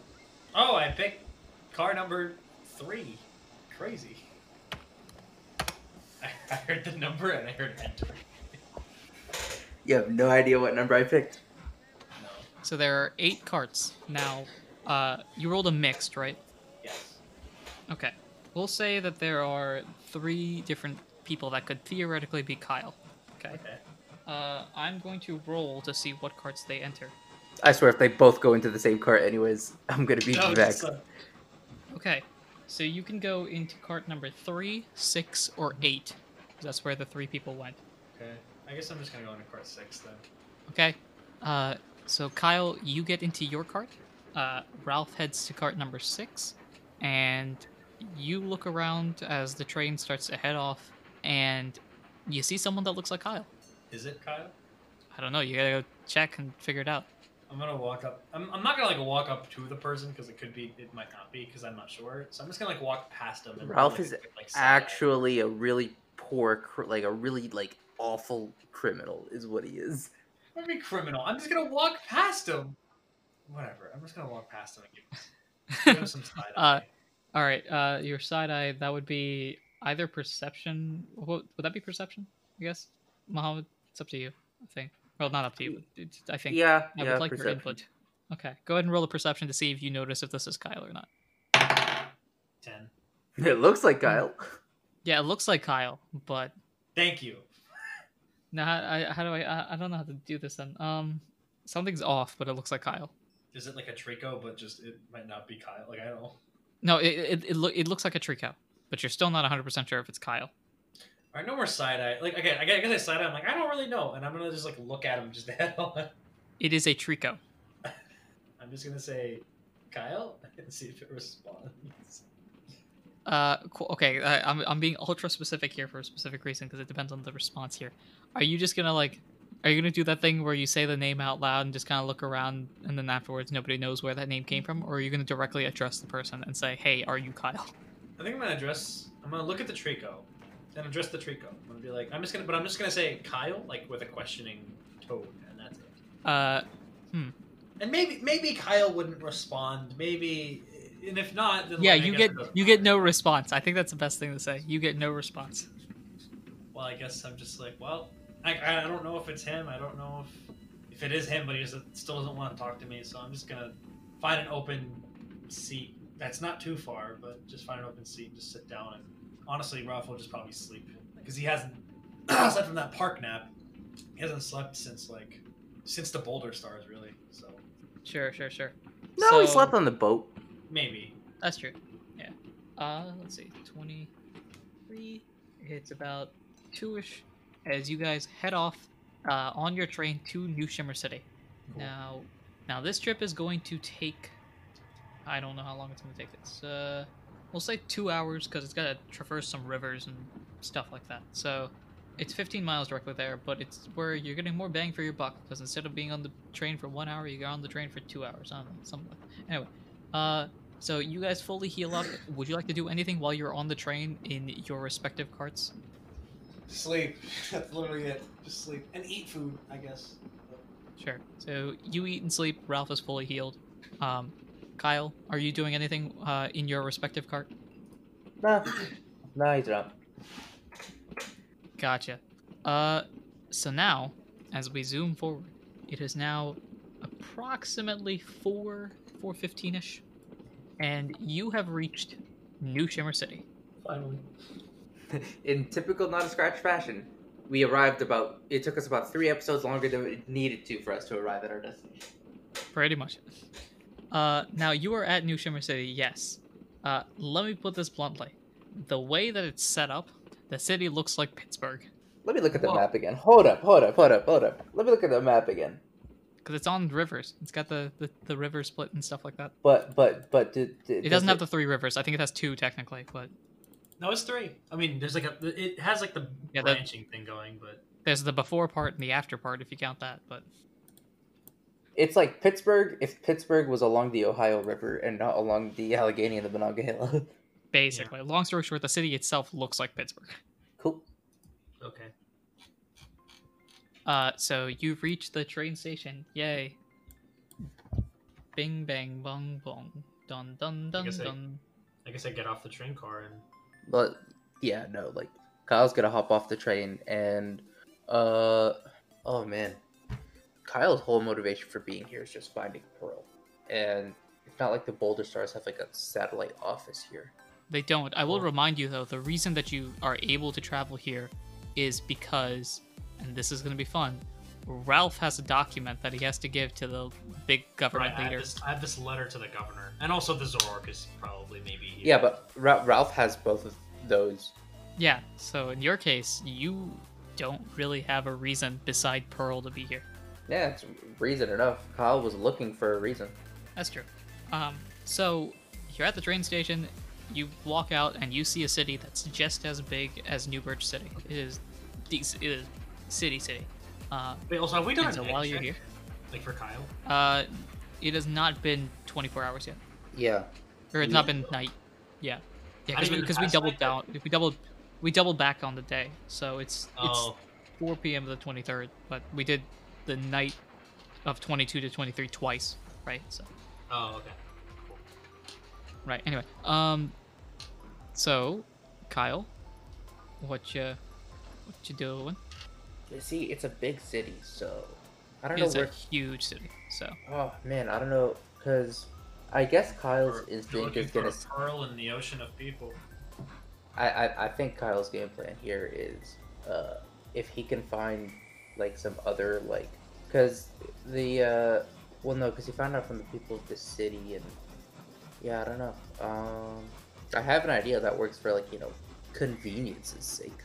Oh, I picked car number three. Crazy. I, I heard the number and I heard enter. You have no idea what number I picked. No. So there are eight carts now. Uh, you rolled a mixed, right? Yes. Okay. We'll say that there are three different people that could theoretically be Kyle. Okay. Okay. Uh, I'm going to roll to see what cards they enter. I swear, if they both go into the same cart, anyways, I'm gonna be No, back. just, uh, Okay, so you can go into cart number three, six, or eight. 'cause That's where the three people went. okay. I guess I'm just gonna go into cart six then. Okay. Uh, so Kyle, you get into your cart. Uh, Ralph heads to cart number six, and you look around as the train starts to head off, and you see someone that looks like Kyle. Is it Kyle? I don't know. You gotta go check and figure it out. I'm gonna walk up. I'm, I'm not gonna like walk up to the person because it could be, it might not be because I'm not sure. So I'm just gonna like walk past them. And like, Ralph is like, side eye. Actually, a really poor, cr- like a really like awful criminal is what he is. I'm gonna be criminal. I'm just gonna walk past him. Whatever. I'm just gonna walk past him and give, give him some side eye. Uh, All right. Uh, your side eye. That would be either perception. What, would that be perception? I guess, Mohammed. It's up to you. I think. Well, not up to you. But it's, I think. Yeah, I yeah. would like your perception. input. Okay. Go ahead and roll a perception to see if you notice if this is Kyle or not. Ten. It looks like Kyle. Yeah, it looks like Kyle, but Thank you. no. How, I, how do I, I? I don't know how to do this. Then. Um, something's off, but it looks like Kyle. Is it like a Trico, but just it might not be Kyle? Like I don't. know. No, it it it, loo- it looks like a tree cow, but you're still not 100 percent sure if it's Kyle. All right, no more side eye. Like again, I guess I side eye. I'm like I don't really know, and I'm gonna just like look at him just the head on. It is a trico. I'm just gonna say Kyle and see if it responds. Uh, cool. okay. I, I'm I'm being ultra specific here for a specific reason because it depends on the response here. Are you just gonna like? Are you gonna do that thing where you say the name out loud and just kind of look around, and then afterwards nobody knows where that name came from, or are you gonna directly address the person and say, "Hey, are you Kyle?" I think I'm gonna address. I'm gonna look at the Trico and address the Trico. I'm gonna be like, I'm just gonna, but I'm just gonna say Kyle, like with a questioning tone, and that's it. Uh, And maybe maybe Kyle wouldn't respond. Maybe, and if not, then yeah, like, I you guess get it doesn't you get no matter. response. I think that's the best thing to say. You get no response. Well, I guess I'm just like, well, I, I don't know if it's him. I don't know if if it is him, but he just still doesn't want to talk to me. So I'm just gonna find an open seat. That's not too far, but just find an open seat and just sit down. And honestly, Ralph will just probably sleep because he hasn't, aside from that park nap, he hasn't slept since like since the Boulder Stars, really. So Sure, sure, sure. No, he So- slept on the boat. maybe That's true. Yeah. Uh, let's see, twenty-three. It's about two-ish. As you guys head off uh, on your train to New Shimmer City. Now, now this trip is going to take. I don't know how long it's going to take. It's uh, we'll say two hours because it's got to traverse some rivers and stuff like that. So, it's 15 miles directly there, but it's where you're getting more bang for your buck because instead of being on the train for one hour, you're on the train for two hours. I don't know, something. Like Anyway, uh, so you guys fully heal up. Would you like to do anything while you're on the train in your respective carts? sleep. That's literally it. Just sleep and eat food, I guess. Sure. So you eat and sleep. Ralph is fully healed. Um, Kyle, are you doing anything uh, in your respective cart? Nah, nah, he's not. Gotcha. Uh, so now, as we zoom forward, it is now approximately four, four fifteen ish, and you have reached New Shimmer City. Finally. In typical not a scratch fashion, we arrived about. It took us about three episodes longer than it needed to for us to arrive at our destination. Pretty much. Uh, now you are at New Shimmer City. Yes. Uh, let me put this bluntly: the way that it's set up, the city looks like Pittsburgh Let me look at the Whoa. map again. Hold up, hold up, hold up, hold up. Let me look at the map again. because it's on rivers. It's got the, the the river split and stuff like that. But but but did, It doesn't have the three rivers. I think it has two technically, but No, it's three. I mean, there's like a. It has like the Yeah, that- branching thing going, but there's the before part and the after part if you count that. But It's like Pittsburgh if Pittsburgh was along the Ohio River and not along the Allegheny and the Monongahela. basically. Long story short, the city itself looks like Pittsburgh. cool. okay. Uh, so you've reached the train station. Yay. Bing bang bong bong. Dun dun dun guess I- dun. I guess I get off the train car and But yeah, no, like Kyle's gonna hop off the train and uh oh man. Kyle's whole motivation for being here is just finding Pearl. And it's not like the Boulder Stars have like a satellite office here. They don't. I will remind you though, the reason that you are able to travel here is because, and this is going to be fun. Ralph has a document that he has to give to the big government Right, I, had leader. this, I had this letter to the governor, and also the Zorork is probably maybe. Here. Yeah, but Ra- Ralph has both of those. Yeah. So in your case, you don't really have a reason beside Pearl to be here. Yeah, it's reason enough. Kyle was looking for a reason. That's true. Um, so you're at the train station. You walk out and you see a city that's just as big as Newbridge City. It is, dec- it is city city. Uh, Wait, also, have we done And so an egg while you're check? here- Like for Kyle? uh, it has not been 24 hours yet, Yeah. or it's not been night. Yeah, yeah, Not because even we, 'cause we past doubled night? down. We doubled, we doubled back on the day, so it's Oh, it's 4 p.m. of the 23rd. But we did the night of 22 to 23 twice, right? So. oh, okay. Right. Anyway, um, so, Kyle, what you, what you doing? See, it's a big city, so I don't It's know a where. huge city, so Oh man, I don't know, cause I guess Kyle's We're- we're instinct looking is gonna. for a pearl in the ocean of people. I, I I think Kyle's game plan here is, uh, if he can find like some other like, cause the uh, well no, cause he found out from the people of the city and yeah, I don't know. Um, I have an idea that works for like you know convenience's sake.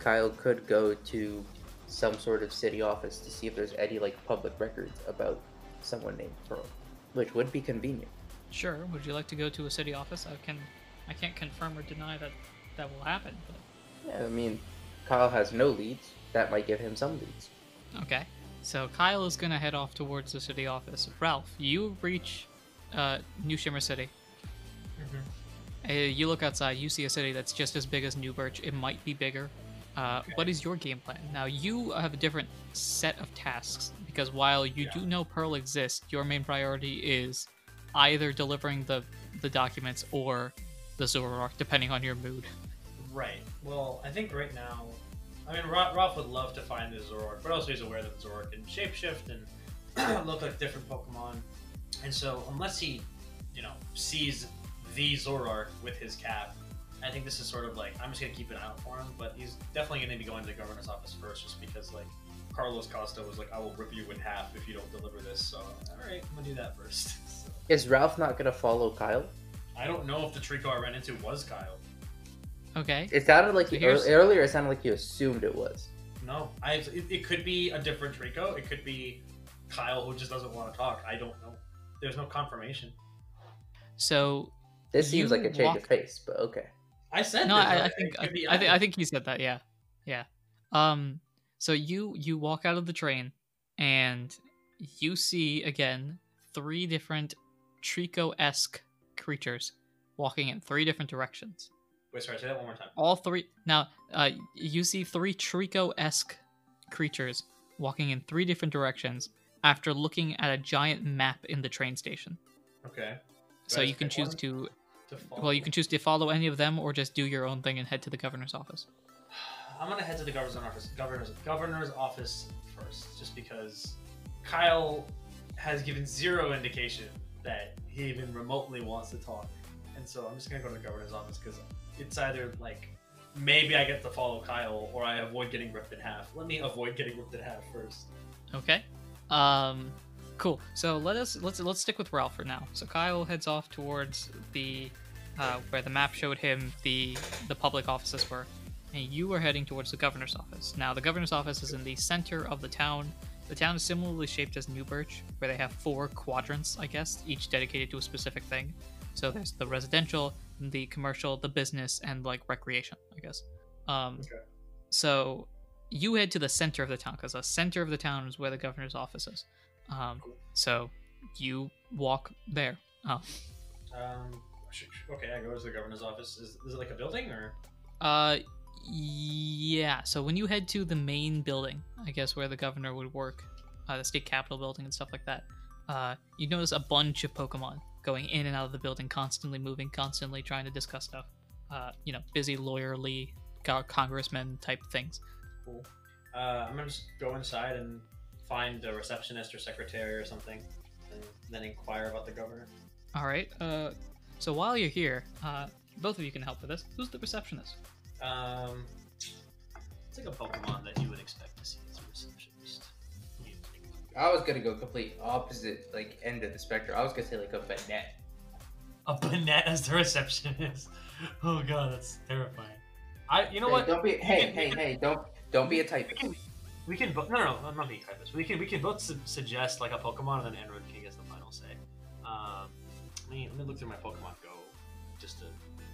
Kyle could go to some sort of city office to see if there's any like public records about someone named Pearl, which would be convenient. sure. Would you like to go to a city office? I can, I can't confirm or deny that that will happen. But, Yeah, I mean, Kyle has no leads. That might give him some leads. okay. So Kyle is gonna head off towards the city office. Ralph, you reach, uh, New Shimmer City. Uh, you look outside. You see a city that's just as big as New Birch. It might be bigger. Uh, What is your game plan? Now you have a different set of tasks because while you do know Pearl exists, your main priority is either delivering the the documents or the Zoroark, depending on your mood. Right. Well, I think right now, I mean, Ra- Ralph would love to find the Zorork, but also he's aware that Zorork can shapeshift and look like different Pokemon. And so, unless he, you know, sees the Zorark with his cap, I think this is sort of like I'm just gonna keep an eye out for him. But he's definitely gonna be going to the governor's office first, just because like Carlos Costa was like, "I will rip you in half if you don't deliver this." So, all right, I'm gonna do that first. So, Is Ralph not gonna follow Kyle? I don't know if the Trico I ran into was Kyle. Okay. It sounded like So you, here's- earlier. It sounded like you assumed it was. No, I. It, it could be a different Trico. It could be Kyle who just doesn't want to talk. I don't know. There's no confirmation. So This seems You like a change walk- of pace, but okay. I said no, this, I, I right? think It I, could be think either. I think he said that. Yeah, yeah. Um, so you you walk out of the train and you see again three different Trico esque creatures walking in three different directions. Wait, sorry. Say that one more time. All three now uh, you see three Trico esque creatures walking in three different directions after looking at a giant map in the train station. Okay. So I you can pick choose one? to To follow. well you can choose to follow any of them or just do your own thing and head to the governor's office. I'm gonna head to the governor's office. Governor's governor's office first, just because Kyle has given zero indication that he even remotely wants to talk, and so I'm just gonna go to the governor's office because it's either like maybe I get to follow Kyle or I avoid getting ripped in half. Let me avoid getting ripped in half first. Okay. Um cool. So let us let's let's stick with Ralph for now. So Kyle heads off towards the uh, where the map showed him the the public offices were. And you are heading towards the governor's office. Now the governor's office is in the center of the town. The town is similarly shaped as New Birch, where they have four quadrants, I guess, each dedicated to a specific thing. So there's the residential, the commercial, the business, and like recreation, I guess. Um, Okay. So you head to the center of the town because the center of the town is where the governor's office is. Um, so you walk there. Um, Um, sh- sh- okay, I go to the governor's office. Is, is it like a building or? uh, yeah. So when you head to the main building, I guess where the governor would work, uh, the state capitol building and stuff like that, uh, you notice a bunch of Pokemon going in and out of the building, constantly moving, constantly trying to discuss stuff. Uh, you know, busy lawyerly co- congressman type things. Cool. Uh, I'm gonna just go inside and find a receptionist or secretary or something, and then inquire about the governor. All right. Uh, so while you're here, uh, Both of you can help with this. Who's the receptionist? Um, it's like a Pokemon that you would expect to see as a receptionist. I was gonna go complete opposite like end of the spectrum. I was gonna say like a banette. A banana as the receptionist. Oh god, that's terrifying. I, you know hey, what? Don't be We hey can- we hey can- hey. Don't don't be a typist. We can both. No, no, no, I'm not being typist. We can we can both su- suggest like a Pokemon, and then Enron King gets the final say. Um, let me let me look through my Pokemon Go just to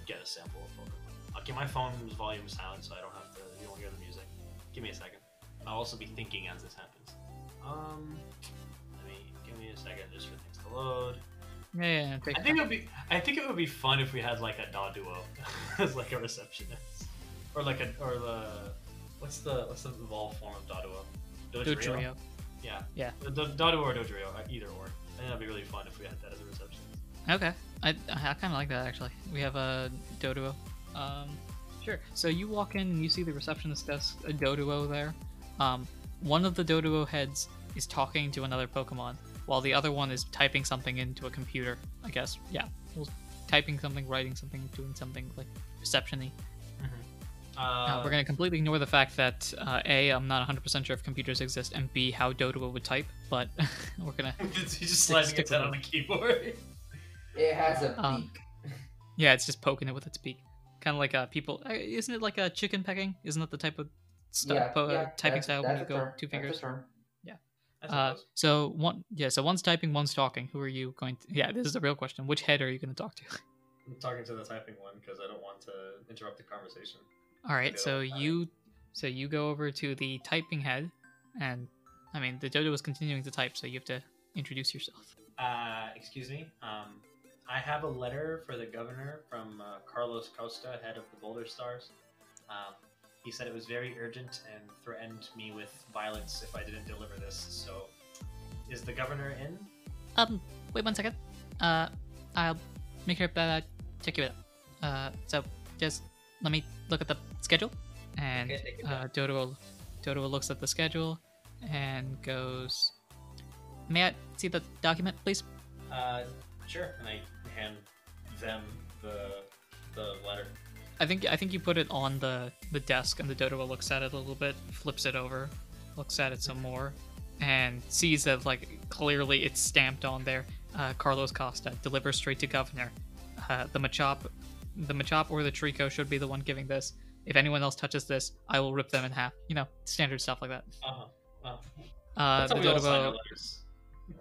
get a sample of Pokemon. I'll get my phone's volume silent so I don't have to. You don't hear the music. Give me a second. I'll also be thinking as this happens. Um, let me give me a second just for things to load. Yeah, yeah, yeah, take I your think it time. would be. I think it would be fun if we had like a Daduo as like a receptionist, or like a or the what's the what's the evolved form of Daduo? Dodrio. Yeah. Yeah. The Do- Daduo or Dodrio, uh, either or. I think that'd be really fun if we had that as a receptionist. Okay, I, I kind of like that actually. We have a Doduo. Um, sure. So you walk in and you see the receptionist desk, a Doduo there. Um, one of the Doduo heads is talking to another Pokemon, while the other one is typing something into a computer. I guess. Yeah. Well, typing something, writing something, doing something like receptiony. Uh, Uh, we're gonna completely ignore the fact that uh, a I'm not 100% sure if computers exist, and b how Doduo would type, but we're gonna He's just stick- sliding stick its head with on the it. keyboard. It has a Um, beak. Yeah, it's just poking it with its beak, kind of like uh, people. uh, Isn't it like a chicken pecking? Isn't that the type of stu- po- uh, typing that's- style when that's you a go term, two that's a fingers? term. I Uh, suppose. so one, yeah. So one's typing, one's talking. Who are you going to? Yeah, this is the real question. Which head are you going to talk to? I'm talking to the typing one because I don't want to interrupt the conversation. All right. Okay, So that's fine. you, so you go over to the typing head, and I mean the dodo is continuing to type, so you have to introduce yourself. Uh, excuse me. Um, I have a letter for the governor from uh, Carlos Costa, head of the Boulder Stars. Um, he said it was very urgent and threatened me with violence if I didn't deliver this. So, is the governor in? Um, wait one second. Uh, I'll make sure that I check you out. Uh, so just let me look at the schedule, and Okay, take your uh, time. Dodo Dodo looks at the schedule and goes, "May I see the document, please?" Uh, sure. And I hand them the the letter. I think I think you put it on the the desk, and the Dodo looks at it a little bit, flips it over, looks at it some more, and sees that like clearly it's stamped on there. Uh, Carlos Costa delivers straight to governor. Uh, the Machop, the Machop or the Trico should be the one giving this. If anyone else touches this, I will rip them in half. You know, standard stuff like that. Uh huh. Uh, Uh, that's the how we all sign our Dodo, letters.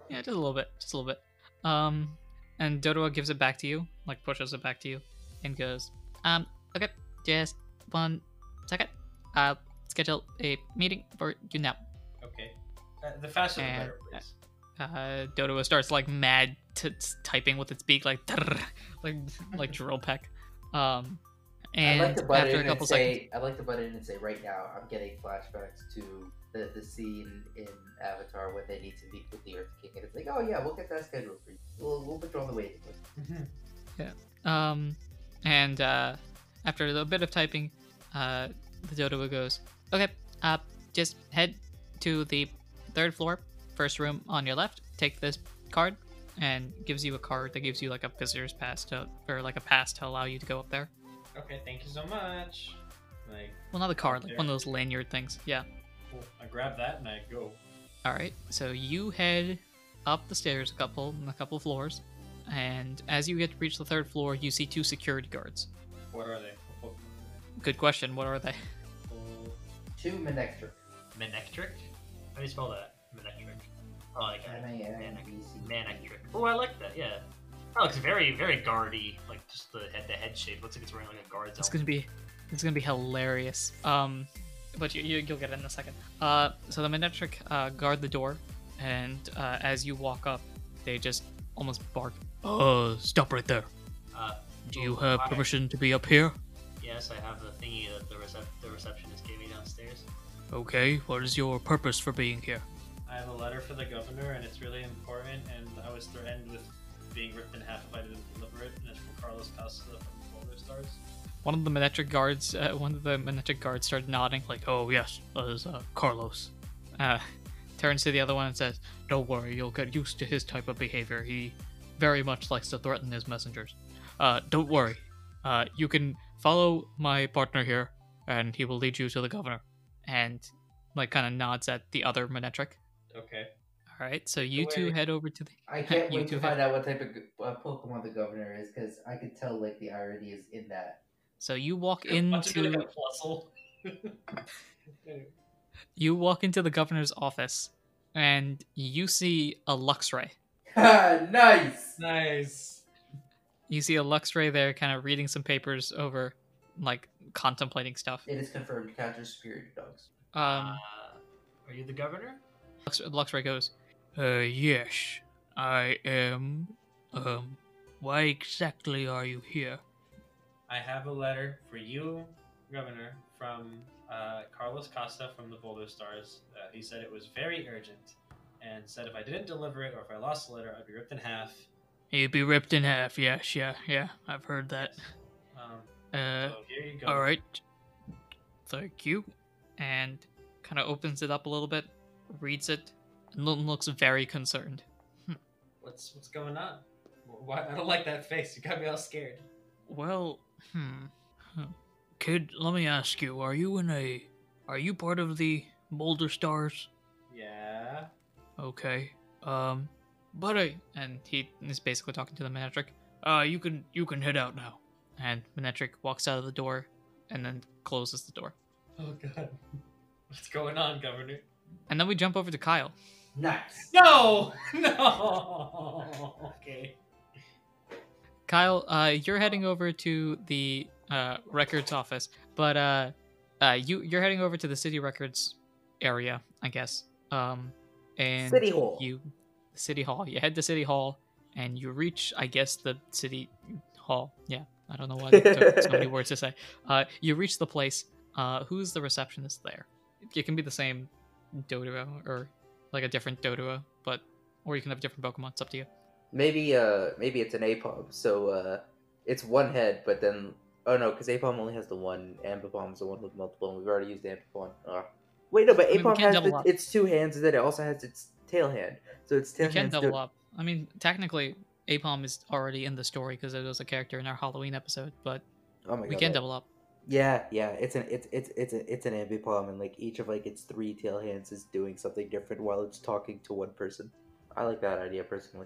yeah, just a little bit, just a little bit. Um, and Dodo gives it back to you, like pushes it back to you, and goes, um, okay, just one second. I'll schedule a meeting for you now. Okay. Uh, the faster the And- better, please. Uh, Dodo starts like mad t- t- typing with its beak, like "Trrr," like like drill peck. Um, and I'd like to butt after in a couple and say, seconds, I'd like to butt in and say right now, I'm getting flashbacks to the, the scene in Avatar when they need to meet with the Earth King, and it's like, oh yeah, we'll get that scheduled for you. We'll, we'll put you on the waiting list. Um, and uh, after a little bit of typing, uh, the dodo goes, "Okay, uh, just head to the third floor, first room on your left. Take this card, and gives you a card that gives you like a visitor's pass to, or like a pass to allow you to go up there. Okay. Thank you so much. Like, Well, not a card, like one of those lanyard things. Yeah. cool. oh, I grab that and I go. All right. So you head up the stairs a couple, a couple floors, and as you get to reach the third floor, you see two security guards. What are they? What Pokemon are they? Good question. What are they? Two Manectric. Manectric? How do you spell that? Manectric. Oh, like M a A N E C. Manectric. Oh, I like that. Yeah. That looks very, very guardy. Like just the head, the head shape. Looks like it's wearing like a guard's It's helmet. gonna be, it's gonna be hilarious. Um, but you, you you'll get it in a second. Uh, so the Manetric uh, guard the door, and uh, as you walk up, they just almost bark. Uh, stop right there. Uh, Do oh, you have hi. permission to be up here? Yes, I have the thingy that the recep- the receptionist gave me downstairs. Okay. What is your purpose for being here? I have a letter for the governor, and it's really important. And I was threatened with being ripped in half if I didn't deliver it. And it's from Carlos Costa from Boulder Stars. One of the Manetric guards, uh, one of the Manetric guards started nodding, like, "Oh yes, that is uh, Carlos." Uh, turns to the other one and says, "Don't worry, you'll get used to his type of behavior. He very much likes to threaten his messengers. Uh, don't worry, Uh, you can follow my partner here, and he will lead you to the governor. And like kind of nods at the other Manetric. Okay. All right, so you two Wait. head over to the. I can't you wait to two find head- out what type of g- uh, Pokemon the governor is because I could tell like the irony is in that. So you walk What's it into like a plusle? you walk into the governor's office, and you see a Luxray. nice. nice. You see a Luxray there, kind of reading some papers over, like contemplating stuff. It is confirmed. Cats are superior to dogs. Um, Uh, are you the governor? Lux- Luxray goes, uh, yes, I am. Um, why exactly are you here? I have a letter for you, Governor, from uh, Carlos Costa from the Boulder Stars. Uh, he said it was very urgent and said if I didn't deliver it or if I lost the letter, I'd be ripped in half. You'd be ripped in half, yes, yeah, yeah, I've heard that. Um, Uh, so here you go. all right. Thank you. And kind of opens it up a little bit, reads it, and lo- looks very concerned. What's what's going on? Wh- Why, I don't like that face. You got me all scared. Well, hmm. Huh. Kid, let me ask you, are you in a. Are you part of the Boulder Stars? Yeah. Okay. Um, but I and he is basically talking to the Manetric. Uh, you can you can head out now. And Manetric walks out of the door, and then closes the door. Oh god. What's going on, Governor? And then we jump over to Kyle. Nice. No, no. okay. Kyle, uh, you're heading over to the uh, records office, but uh, uh, you you're heading over to the city records area, I guess. Um, and City Hall. You, city hall. You head to city hall, and you reach, I guess, the city hall. Yeah, I don't know why it took so many words to say. Uh, you reach the place. Uh, who's the receptionist there? It can be the same Doduo or like a different Doduo, but or you can have different Pokemon. It's up to you. Maybe uh maybe it's an Apom, so uh it's one head, but then oh no, because Apom only has the one. Ambipom's the one with multiple, and we've already used Ambipom. Uh, wait, no, but I mean, we Apom can has double the, up. its two hands, and then it also has its tail hand. So it's tail You can hands double do- up. I mean, technically, Apom is already in the story because it was a character in our Halloween episode, but Oh my god. we can that- double up. Yeah, yeah. It's an it's it's it's a, it's an ambipalm, and like each of like its three tail hands is doing something different while it's talking to one person. I like that idea personally.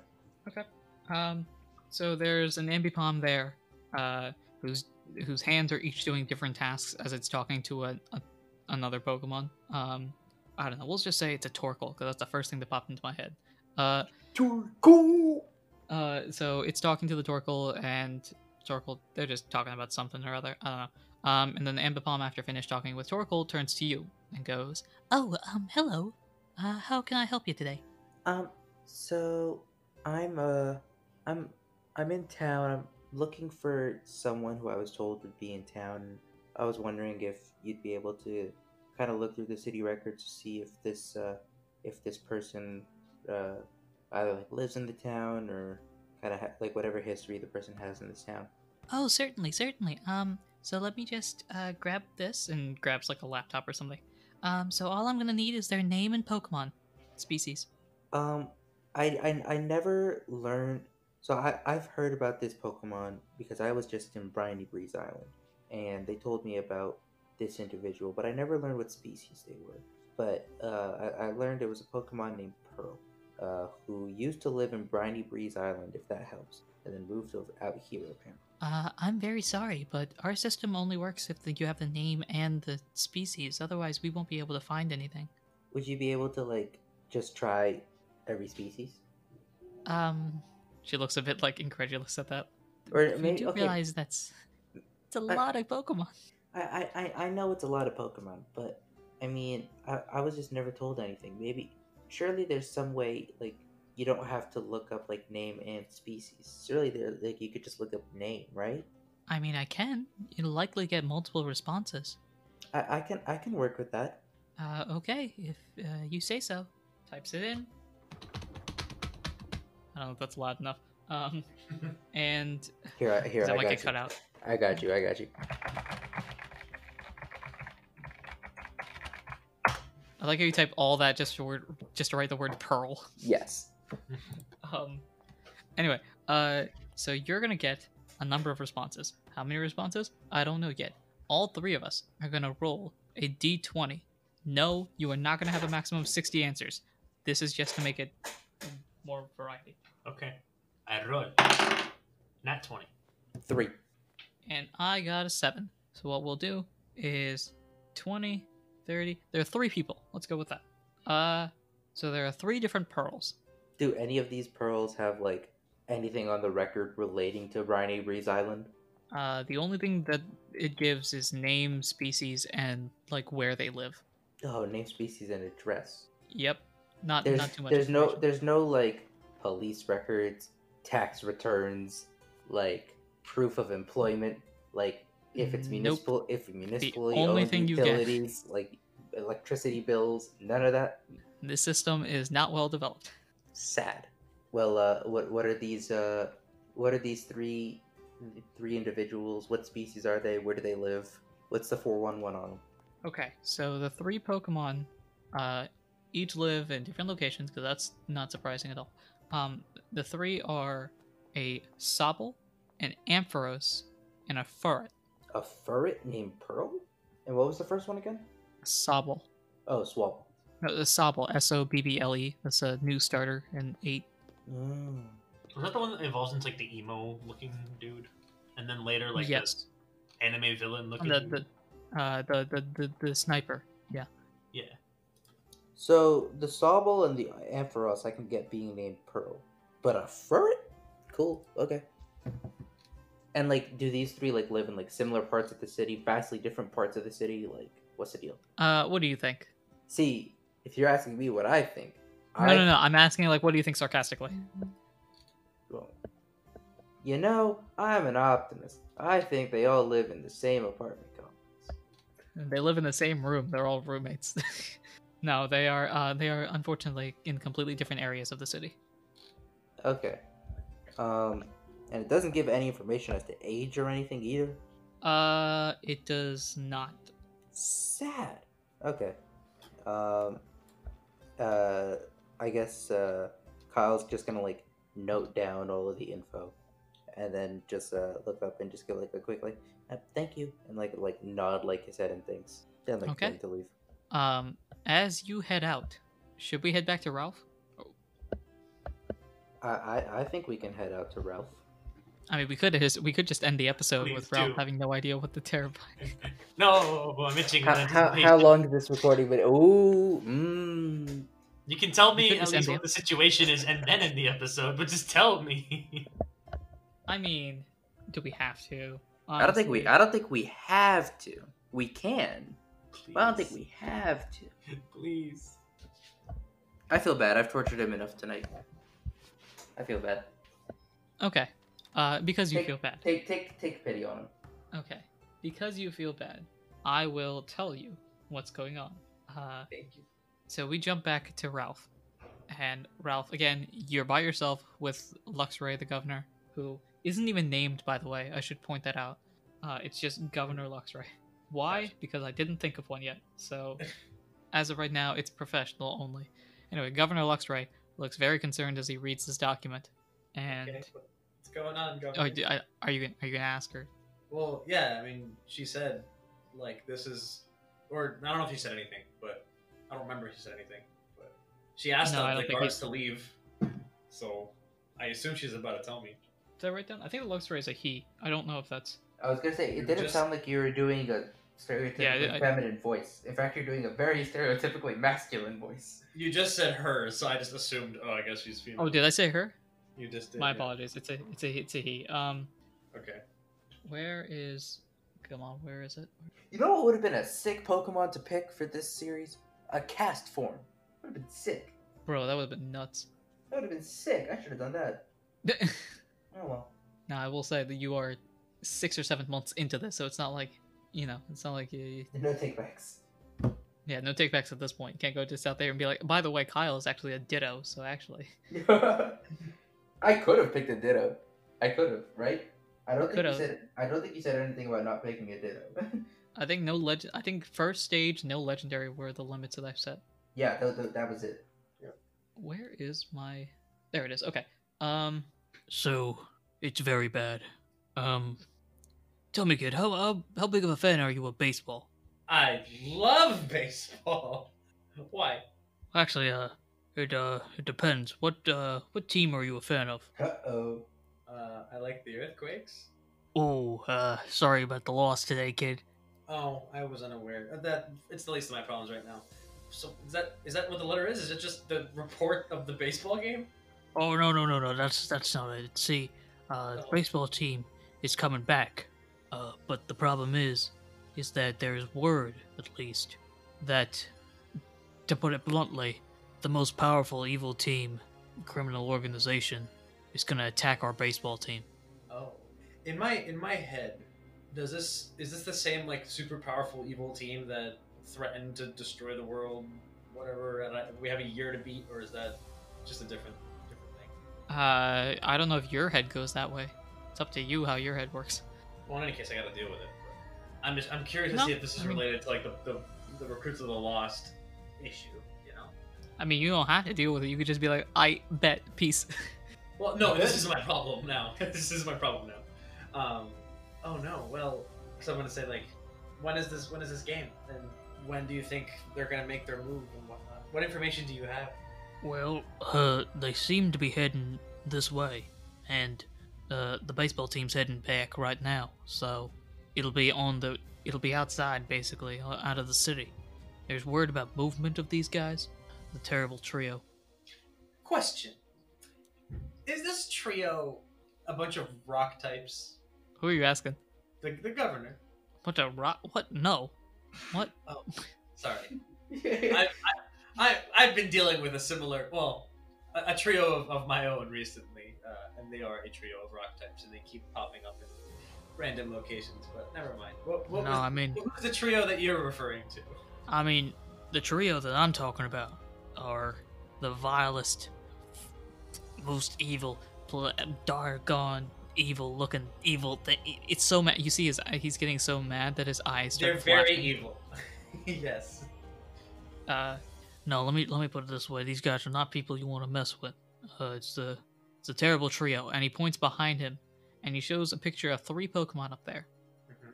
Um, so there's an ambipom there, uh, whose whose hands are each doing different tasks as it's talking to a, a another Pokemon. Um, I don't know. We'll just say it's a Torkoal because that's the first thing that popped into my head. Uh, Cool. uh, so it's talking to the Torkoal and Torkoal. They're just talking about something or other. I don't know. Um, and then the ambipom, after finished talking with Torkoal, turns to you and goes, "Oh, um, hello. Uh, how can I help you today?" Um. So I'm uh I'm I'm in town. I'm looking for someone who I was told would be in town. I was wondering if you'd be able to kind of look through the city records to see if this uh if this person uh either like lives in the town or kind of ha- like whatever history the person has in this town. Oh, certainly, certainly. Um, so let me just uh, grab this and grabs like a laptop or something. Um, so all I'm gonna need is their name and Pokemon species. Um, I, I I never learned. So I I've heard about this Pokemon because I was just in Briny Breeze Island, and they told me about this individual, but I never learned what species they were. But uh, I, I learned it was a Pokemon named Pearl, uh, who used to live in Briny Breeze Island, if that helps, and then moved over out here apparently. Uh, I'm very sorry, but our system only works if the, you have the name and the species. Otherwise, we won't be able to find anything. Would you be able to like just try every species? Um, she looks a bit like incredulous at that. Or you may- do okay. realize that's it's a lot of Pokemon. I, I, I- I know it's a lot of Pokemon, but I mean, I, I was just never told anything. Maybe, surely there's some way, like, you don't have to look up, like, name and species. Surely there, like, you could just look up name, right? I mean, I can. You'll likely get multiple responses. I, I can, I can work with that. Uh, okay, if uh, you say so. Types it in. I don't know if that's loud enough. Um, and Here, I, here, that I might got get you. cut out. I got you, I got you. I like how you type all that just to word, just to write the word pearl. Yes. Um, anyway, uh, so you're gonna get a number of responses. How many responses? I don't know yet. All three of us are gonna roll a d20. No, you are not gonna have a maximum of 60 answers. This is just to make it more variety. Okay. I roll. Nat 20. Three. And I got a 7. So what we'll do is 20, 30. There are three people. Let's go with that. Uh, so there are three different pearls. Do any of these pearls have like anything on the record relating to Ryan Avery's Island? Uh, the only thing that it gives is name, species, and like where they live. Oh, name, species, and address. Yep. Not There's not too much. there's no information. there's no like police records, tax returns, like proof of employment, like if it's Nope. municipal if municipally only owned thing you get- utilities, like electricity bills, none of that. This system is not well developed. Sad. Well, uh, what what are these uh, what are these three three individuals? What species are they? Where do they live? What's the four one one on them? Okay, so the three Pokemon uh, each live in different locations because that's not surprising at all. Um, the three are a Sobble, an Ampharos, and a Furret. A ferret named Pearl. And what was the first one again? Sobble. Oh, Swabble. No, the Sobble, S O B B L E. That's a new starter in 8. Mm. Was that the one that evolves into like the emo looking dude? And then later like yes. this anime villain looking The, the, uh, the, the, the, the sniper. Yeah. Yeah. So the Sobble and the Ampharos I can get being named Pearl, but a ferret? Cool. Okay. And like, do these three like live in like similar parts of the city, vastly different parts of the city? Like, what's the deal? Uh, what do you think? See, if you're asking me what I think, No, I no, no. I'm asking, like, what do you think sarcastically? Well, you know, I'm an optimist. I think they all live in the same apartment complex. They live in the same room. They're all roommates. no, they are. Uh, they are unfortunately in completely different areas of the city. Okay. Um, and it doesn't give any information as to age or anything either. Uh, it does not. Sad. Okay. Um, uh, I guess uh, Kyle's just gonna like note down all of the info, and then just uh, look up and just go like a quick like, uh, "Thank you," and like like nod like his head and things. Then like Okay. turn to leave. Um, as you head out, should we head back to Ralph? I, I I think we can head out to Ralph. I mean, we could just we could just end the episode Please with Ralph do. having no idea what the terrifying. dude. no, I'm itching. How, with how, anticipation. how long has this recording been? Ooh, mmm. You can tell You me could at just least end what it. the situation is and then end the episode, but just tell me. I mean, do we have to? I don't think we. Honestly. I don't think we have to. We can, Please. but I don't think we have to. Please. I feel bad. I've tortured him enough tonight. I feel bad. Okay. Uh, because you feel bad. Take take take pity on him. Okay. Because you feel bad, I will tell you what's going on. Uh, Thank you. So we jump back to Ralph. And Ralph, again, you're by yourself with Luxray, the governor, who isn't even named, by the way. I should point that out. Uh, it's just Governor Luxray. Why? Because I didn't think of one yet. So as of right now, it's professional only. Anyway, Governor Luxray looks very concerned as he reads this document. And Okay, what's going on, oh, Governor? d- I- are you gonna- are you gonna ask her? Well, yeah, I mean, she said, like, this is, or I don't know if she said anything, but I don't remember if she said anything. But she asked No, I the- don't the think guards he's- to leave, so I assume she's about to tell me. Is that right? Then I think the Luxray is a he. I don't know if that's I was gonna say it You're didn't just- sound like you were doing a stereotypically Yeah, I- feminine voice. In fact, you're doing a very stereotypically masculine voice. You just said her, so I just assumed. Oh, I guess she's female. Oh, did I say her? You just did. My yeah. apologies. It's a it's a it's a he. Um, Okay. where is? Come on, where is it? You know what would have been a sick Pokemon to pick for this series? A cast form. Would have been sick. Bro, that would have been nuts. That would have been sick. I should have done that. now Oh well. I will say that you are six or seven months into this, so it's not like you know, it's not like you, No takebacks. yeah, no takebacks at this point. You can't go just out there and be like, by the way, Kyle is actually a ditto. So actually, I could have picked a ditto. I could have, right? I don't think Could've. you said. I don't think you said anything about not picking a ditto. I think no legend. I think first stage, no legendary were the limits that I've set. yeah, that, that, that was it. Where is my? There it is. Okay. Um. So it's very bad. Um. Tell me, kid, how, how, how big of a fan are you of baseball? I love baseball. Why? Actually, uh, it uh, it depends. What uh, what team are you a fan of? Uh-oh. Uh, I like the earthquakes. Oh, uh, sorry about the loss today, kid. Oh, I was unaware. Uh, That it's the least of my problems right now. So is that is that what the letter is? Is it just the report of the baseball game? Oh no no no no, that's that's not it. See, uh, the Oh. baseball team is coming back, uh, but the problem is, is that there is word at least that, to put it bluntly, the most powerful evil team, criminal organization, is gonna attack our baseball team. Oh, in my in my head, does this is this the same like super powerful evil team that threatened to destroy the world, whatever? And I, we have a year to beat, or is that just a different different thing? Uh, I don't know if your head goes that way. It's up to you how your head works. Well, in any case, I got to deal with it. but I'm just I'm curious No, to see if this I is mean- related to like the the, the recruits of the lost issue. You know. I mean, you don't have to deal with it. You could just be like, I bet, peace. Well, no, this is my problem now. this is my problem now. Um, oh no. Well, someone to say like, when is this? When is this game? And when do you think they're gonna make their move and whatnot? What information do you have? Well, uh, they seem to be heading this way, and uh, the baseball team's heading back right now. So it'll be on the, it'll be outside basically, o- out of the city. There's word about movement of these guys, the terrible trio. Question: Is this trio a bunch of rock types? Who are you asking? The, the governor. What the rock? What? No. What? Oh, sorry. I, I, I I've been dealing with a similar, well, a, a trio of, of my own recently, uh, and they are a trio of rock types, and they keep popping up in random locations. But never mind. What, what no, was I mean, What was the trio that you're referring to? I mean, the trio that I'm talking about are the vilest, most evil, pl- dargon, evil-looking, evil thing. It's so mad. You see, his he's getting so mad that his eyes start They're very flashing. evil. yes. Uh, no, let me let me put it this way: these guys are not people you want to mess with. Uh, it's the it's a terrible trio, and he points behind him, and he shows a picture of three Pokemon up there. Mhm.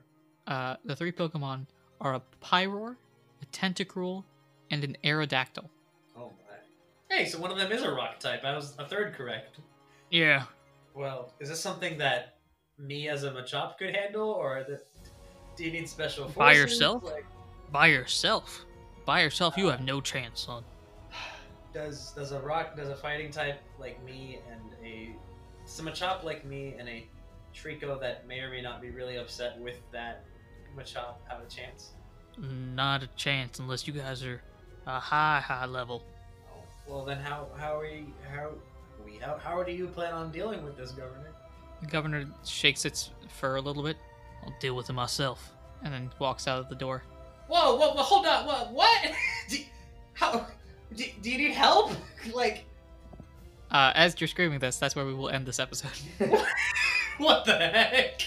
Uh, the three Pokemon are a Pyroar, a Tentacruel, and an Aerodactyl. Oh my. Hey, so one of them is a rock type. I was a third correct. Yeah, Well, is this something that me as a Machop could handle, or that do you need special forces? By yourself? Like, by yourself. By yourself, you have no chance, son. does does a rock does a fighting type like me and a does a Machop like me and a Trico that may or may not be really upset with that Machop have a chance? Not a chance unless you guys are a high, high level. Oh, well then, how how are you how we how how do you plan on dealing with this governor? The governor shakes its fur a little bit. I'll deal with it myself, and then walks out of the door. Whoa, whoa, whoa hold on, what? What? do, how? Do, do you need help? like, Uh, as you're screaming this, that's where we will end this episode. what the heck?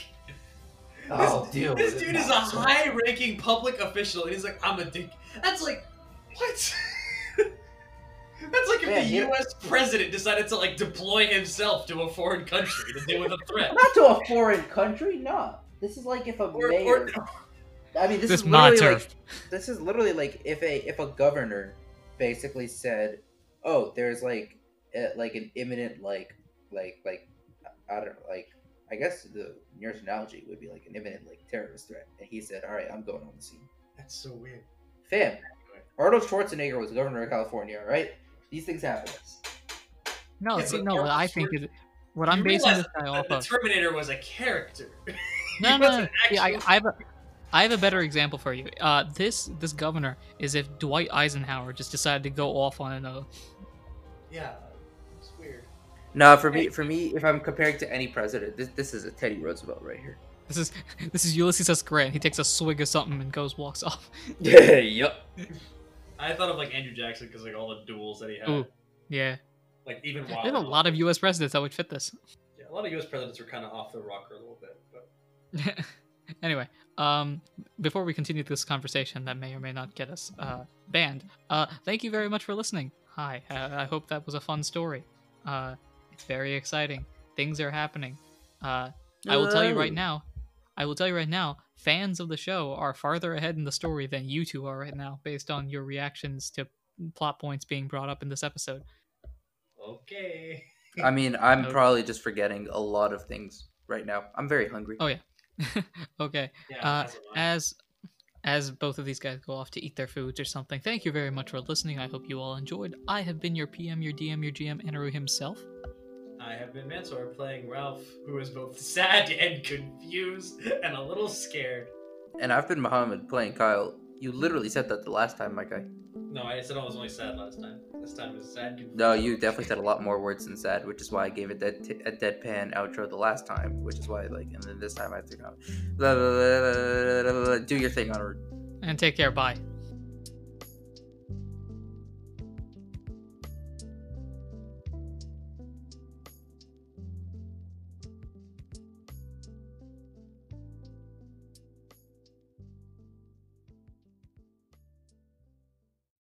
I'll this, deal this with it dude is a myself. high-ranking public official, and he's like, "I'm a dick." That's like, what? That's like if Man, the you- U.S. president decided to like deploy himself to a foreign country to deal with a threat. Not to a foreign country, no. This is like if a Or- mayor. or- I mean, this, This is literally matter. like this is literally like if a if a governor basically said, "Oh, there's like uh, like an imminent like like like I don't know, like I guess the nearest analogy would be like an imminent like terrorist threat," and he said, "All right, I'm going on the scene." That's so weird. Fam, Arnold Schwarzenegger was governor of California, all right? These things happen. No, Yeah, see, but no. What Arnold I think is what You I'm basing realize this guy The, off the of. Terminator was a character. No, no, he no. wasn't See, I, actually- I have a, I have a better example for you. Uh, this this governor is if Dwight Eisenhower just decided to go off on another. yeah, it's weird. No, for me, for me, if I'm comparing to any president, this this is a Teddy Roosevelt right here. This is this is Ulysses S. Grant. He takes a swig of something and goes walks off. Yeah, yep. I thought of like Andrew Jackson because like all the duels that he had, Ooh. Yeah, like even wild. there's a lot of U.S. presidents that would fit this. Yeah, a lot of U.S. presidents were kind of off the rocker a little bit, but anyway, um, before we continue this conversation that may or may not get us uh, banned, uh, thank you very much for listening. Hi, uh, I hope that was a fun story. Uh, it's very exciting. Things are happening. Uh, I will tell you right now. I I will tell you right now, fans of the show are farther ahead in the story than you two are right now, based on your reactions to plot points being brought up in this episode. Okay. I mean, I'm Okay. probably just forgetting a lot of things right now. I'm very hungry. Oh, yeah. okay. Yeah, Uh, as am I. as as both of these guys go off to eat their foods or something, thank you very much for listening. I hope you all enjoyed. I have been your PM, your DM, your GM, Enaru himself. I have been Mansoor playing Ralph, who is both sad and confused and a little scared. And I've been Muhammad playing Kyle. You literally said that the last time, my guy. No, I said I was only sad last time. This time is sad. Confused. No, you definitely said a lot more words than sad, which is why I gave it that t- a deadpan outro the last time, which is why like, and then this time I have to go. Do your thing, Honor. And take care. Bye.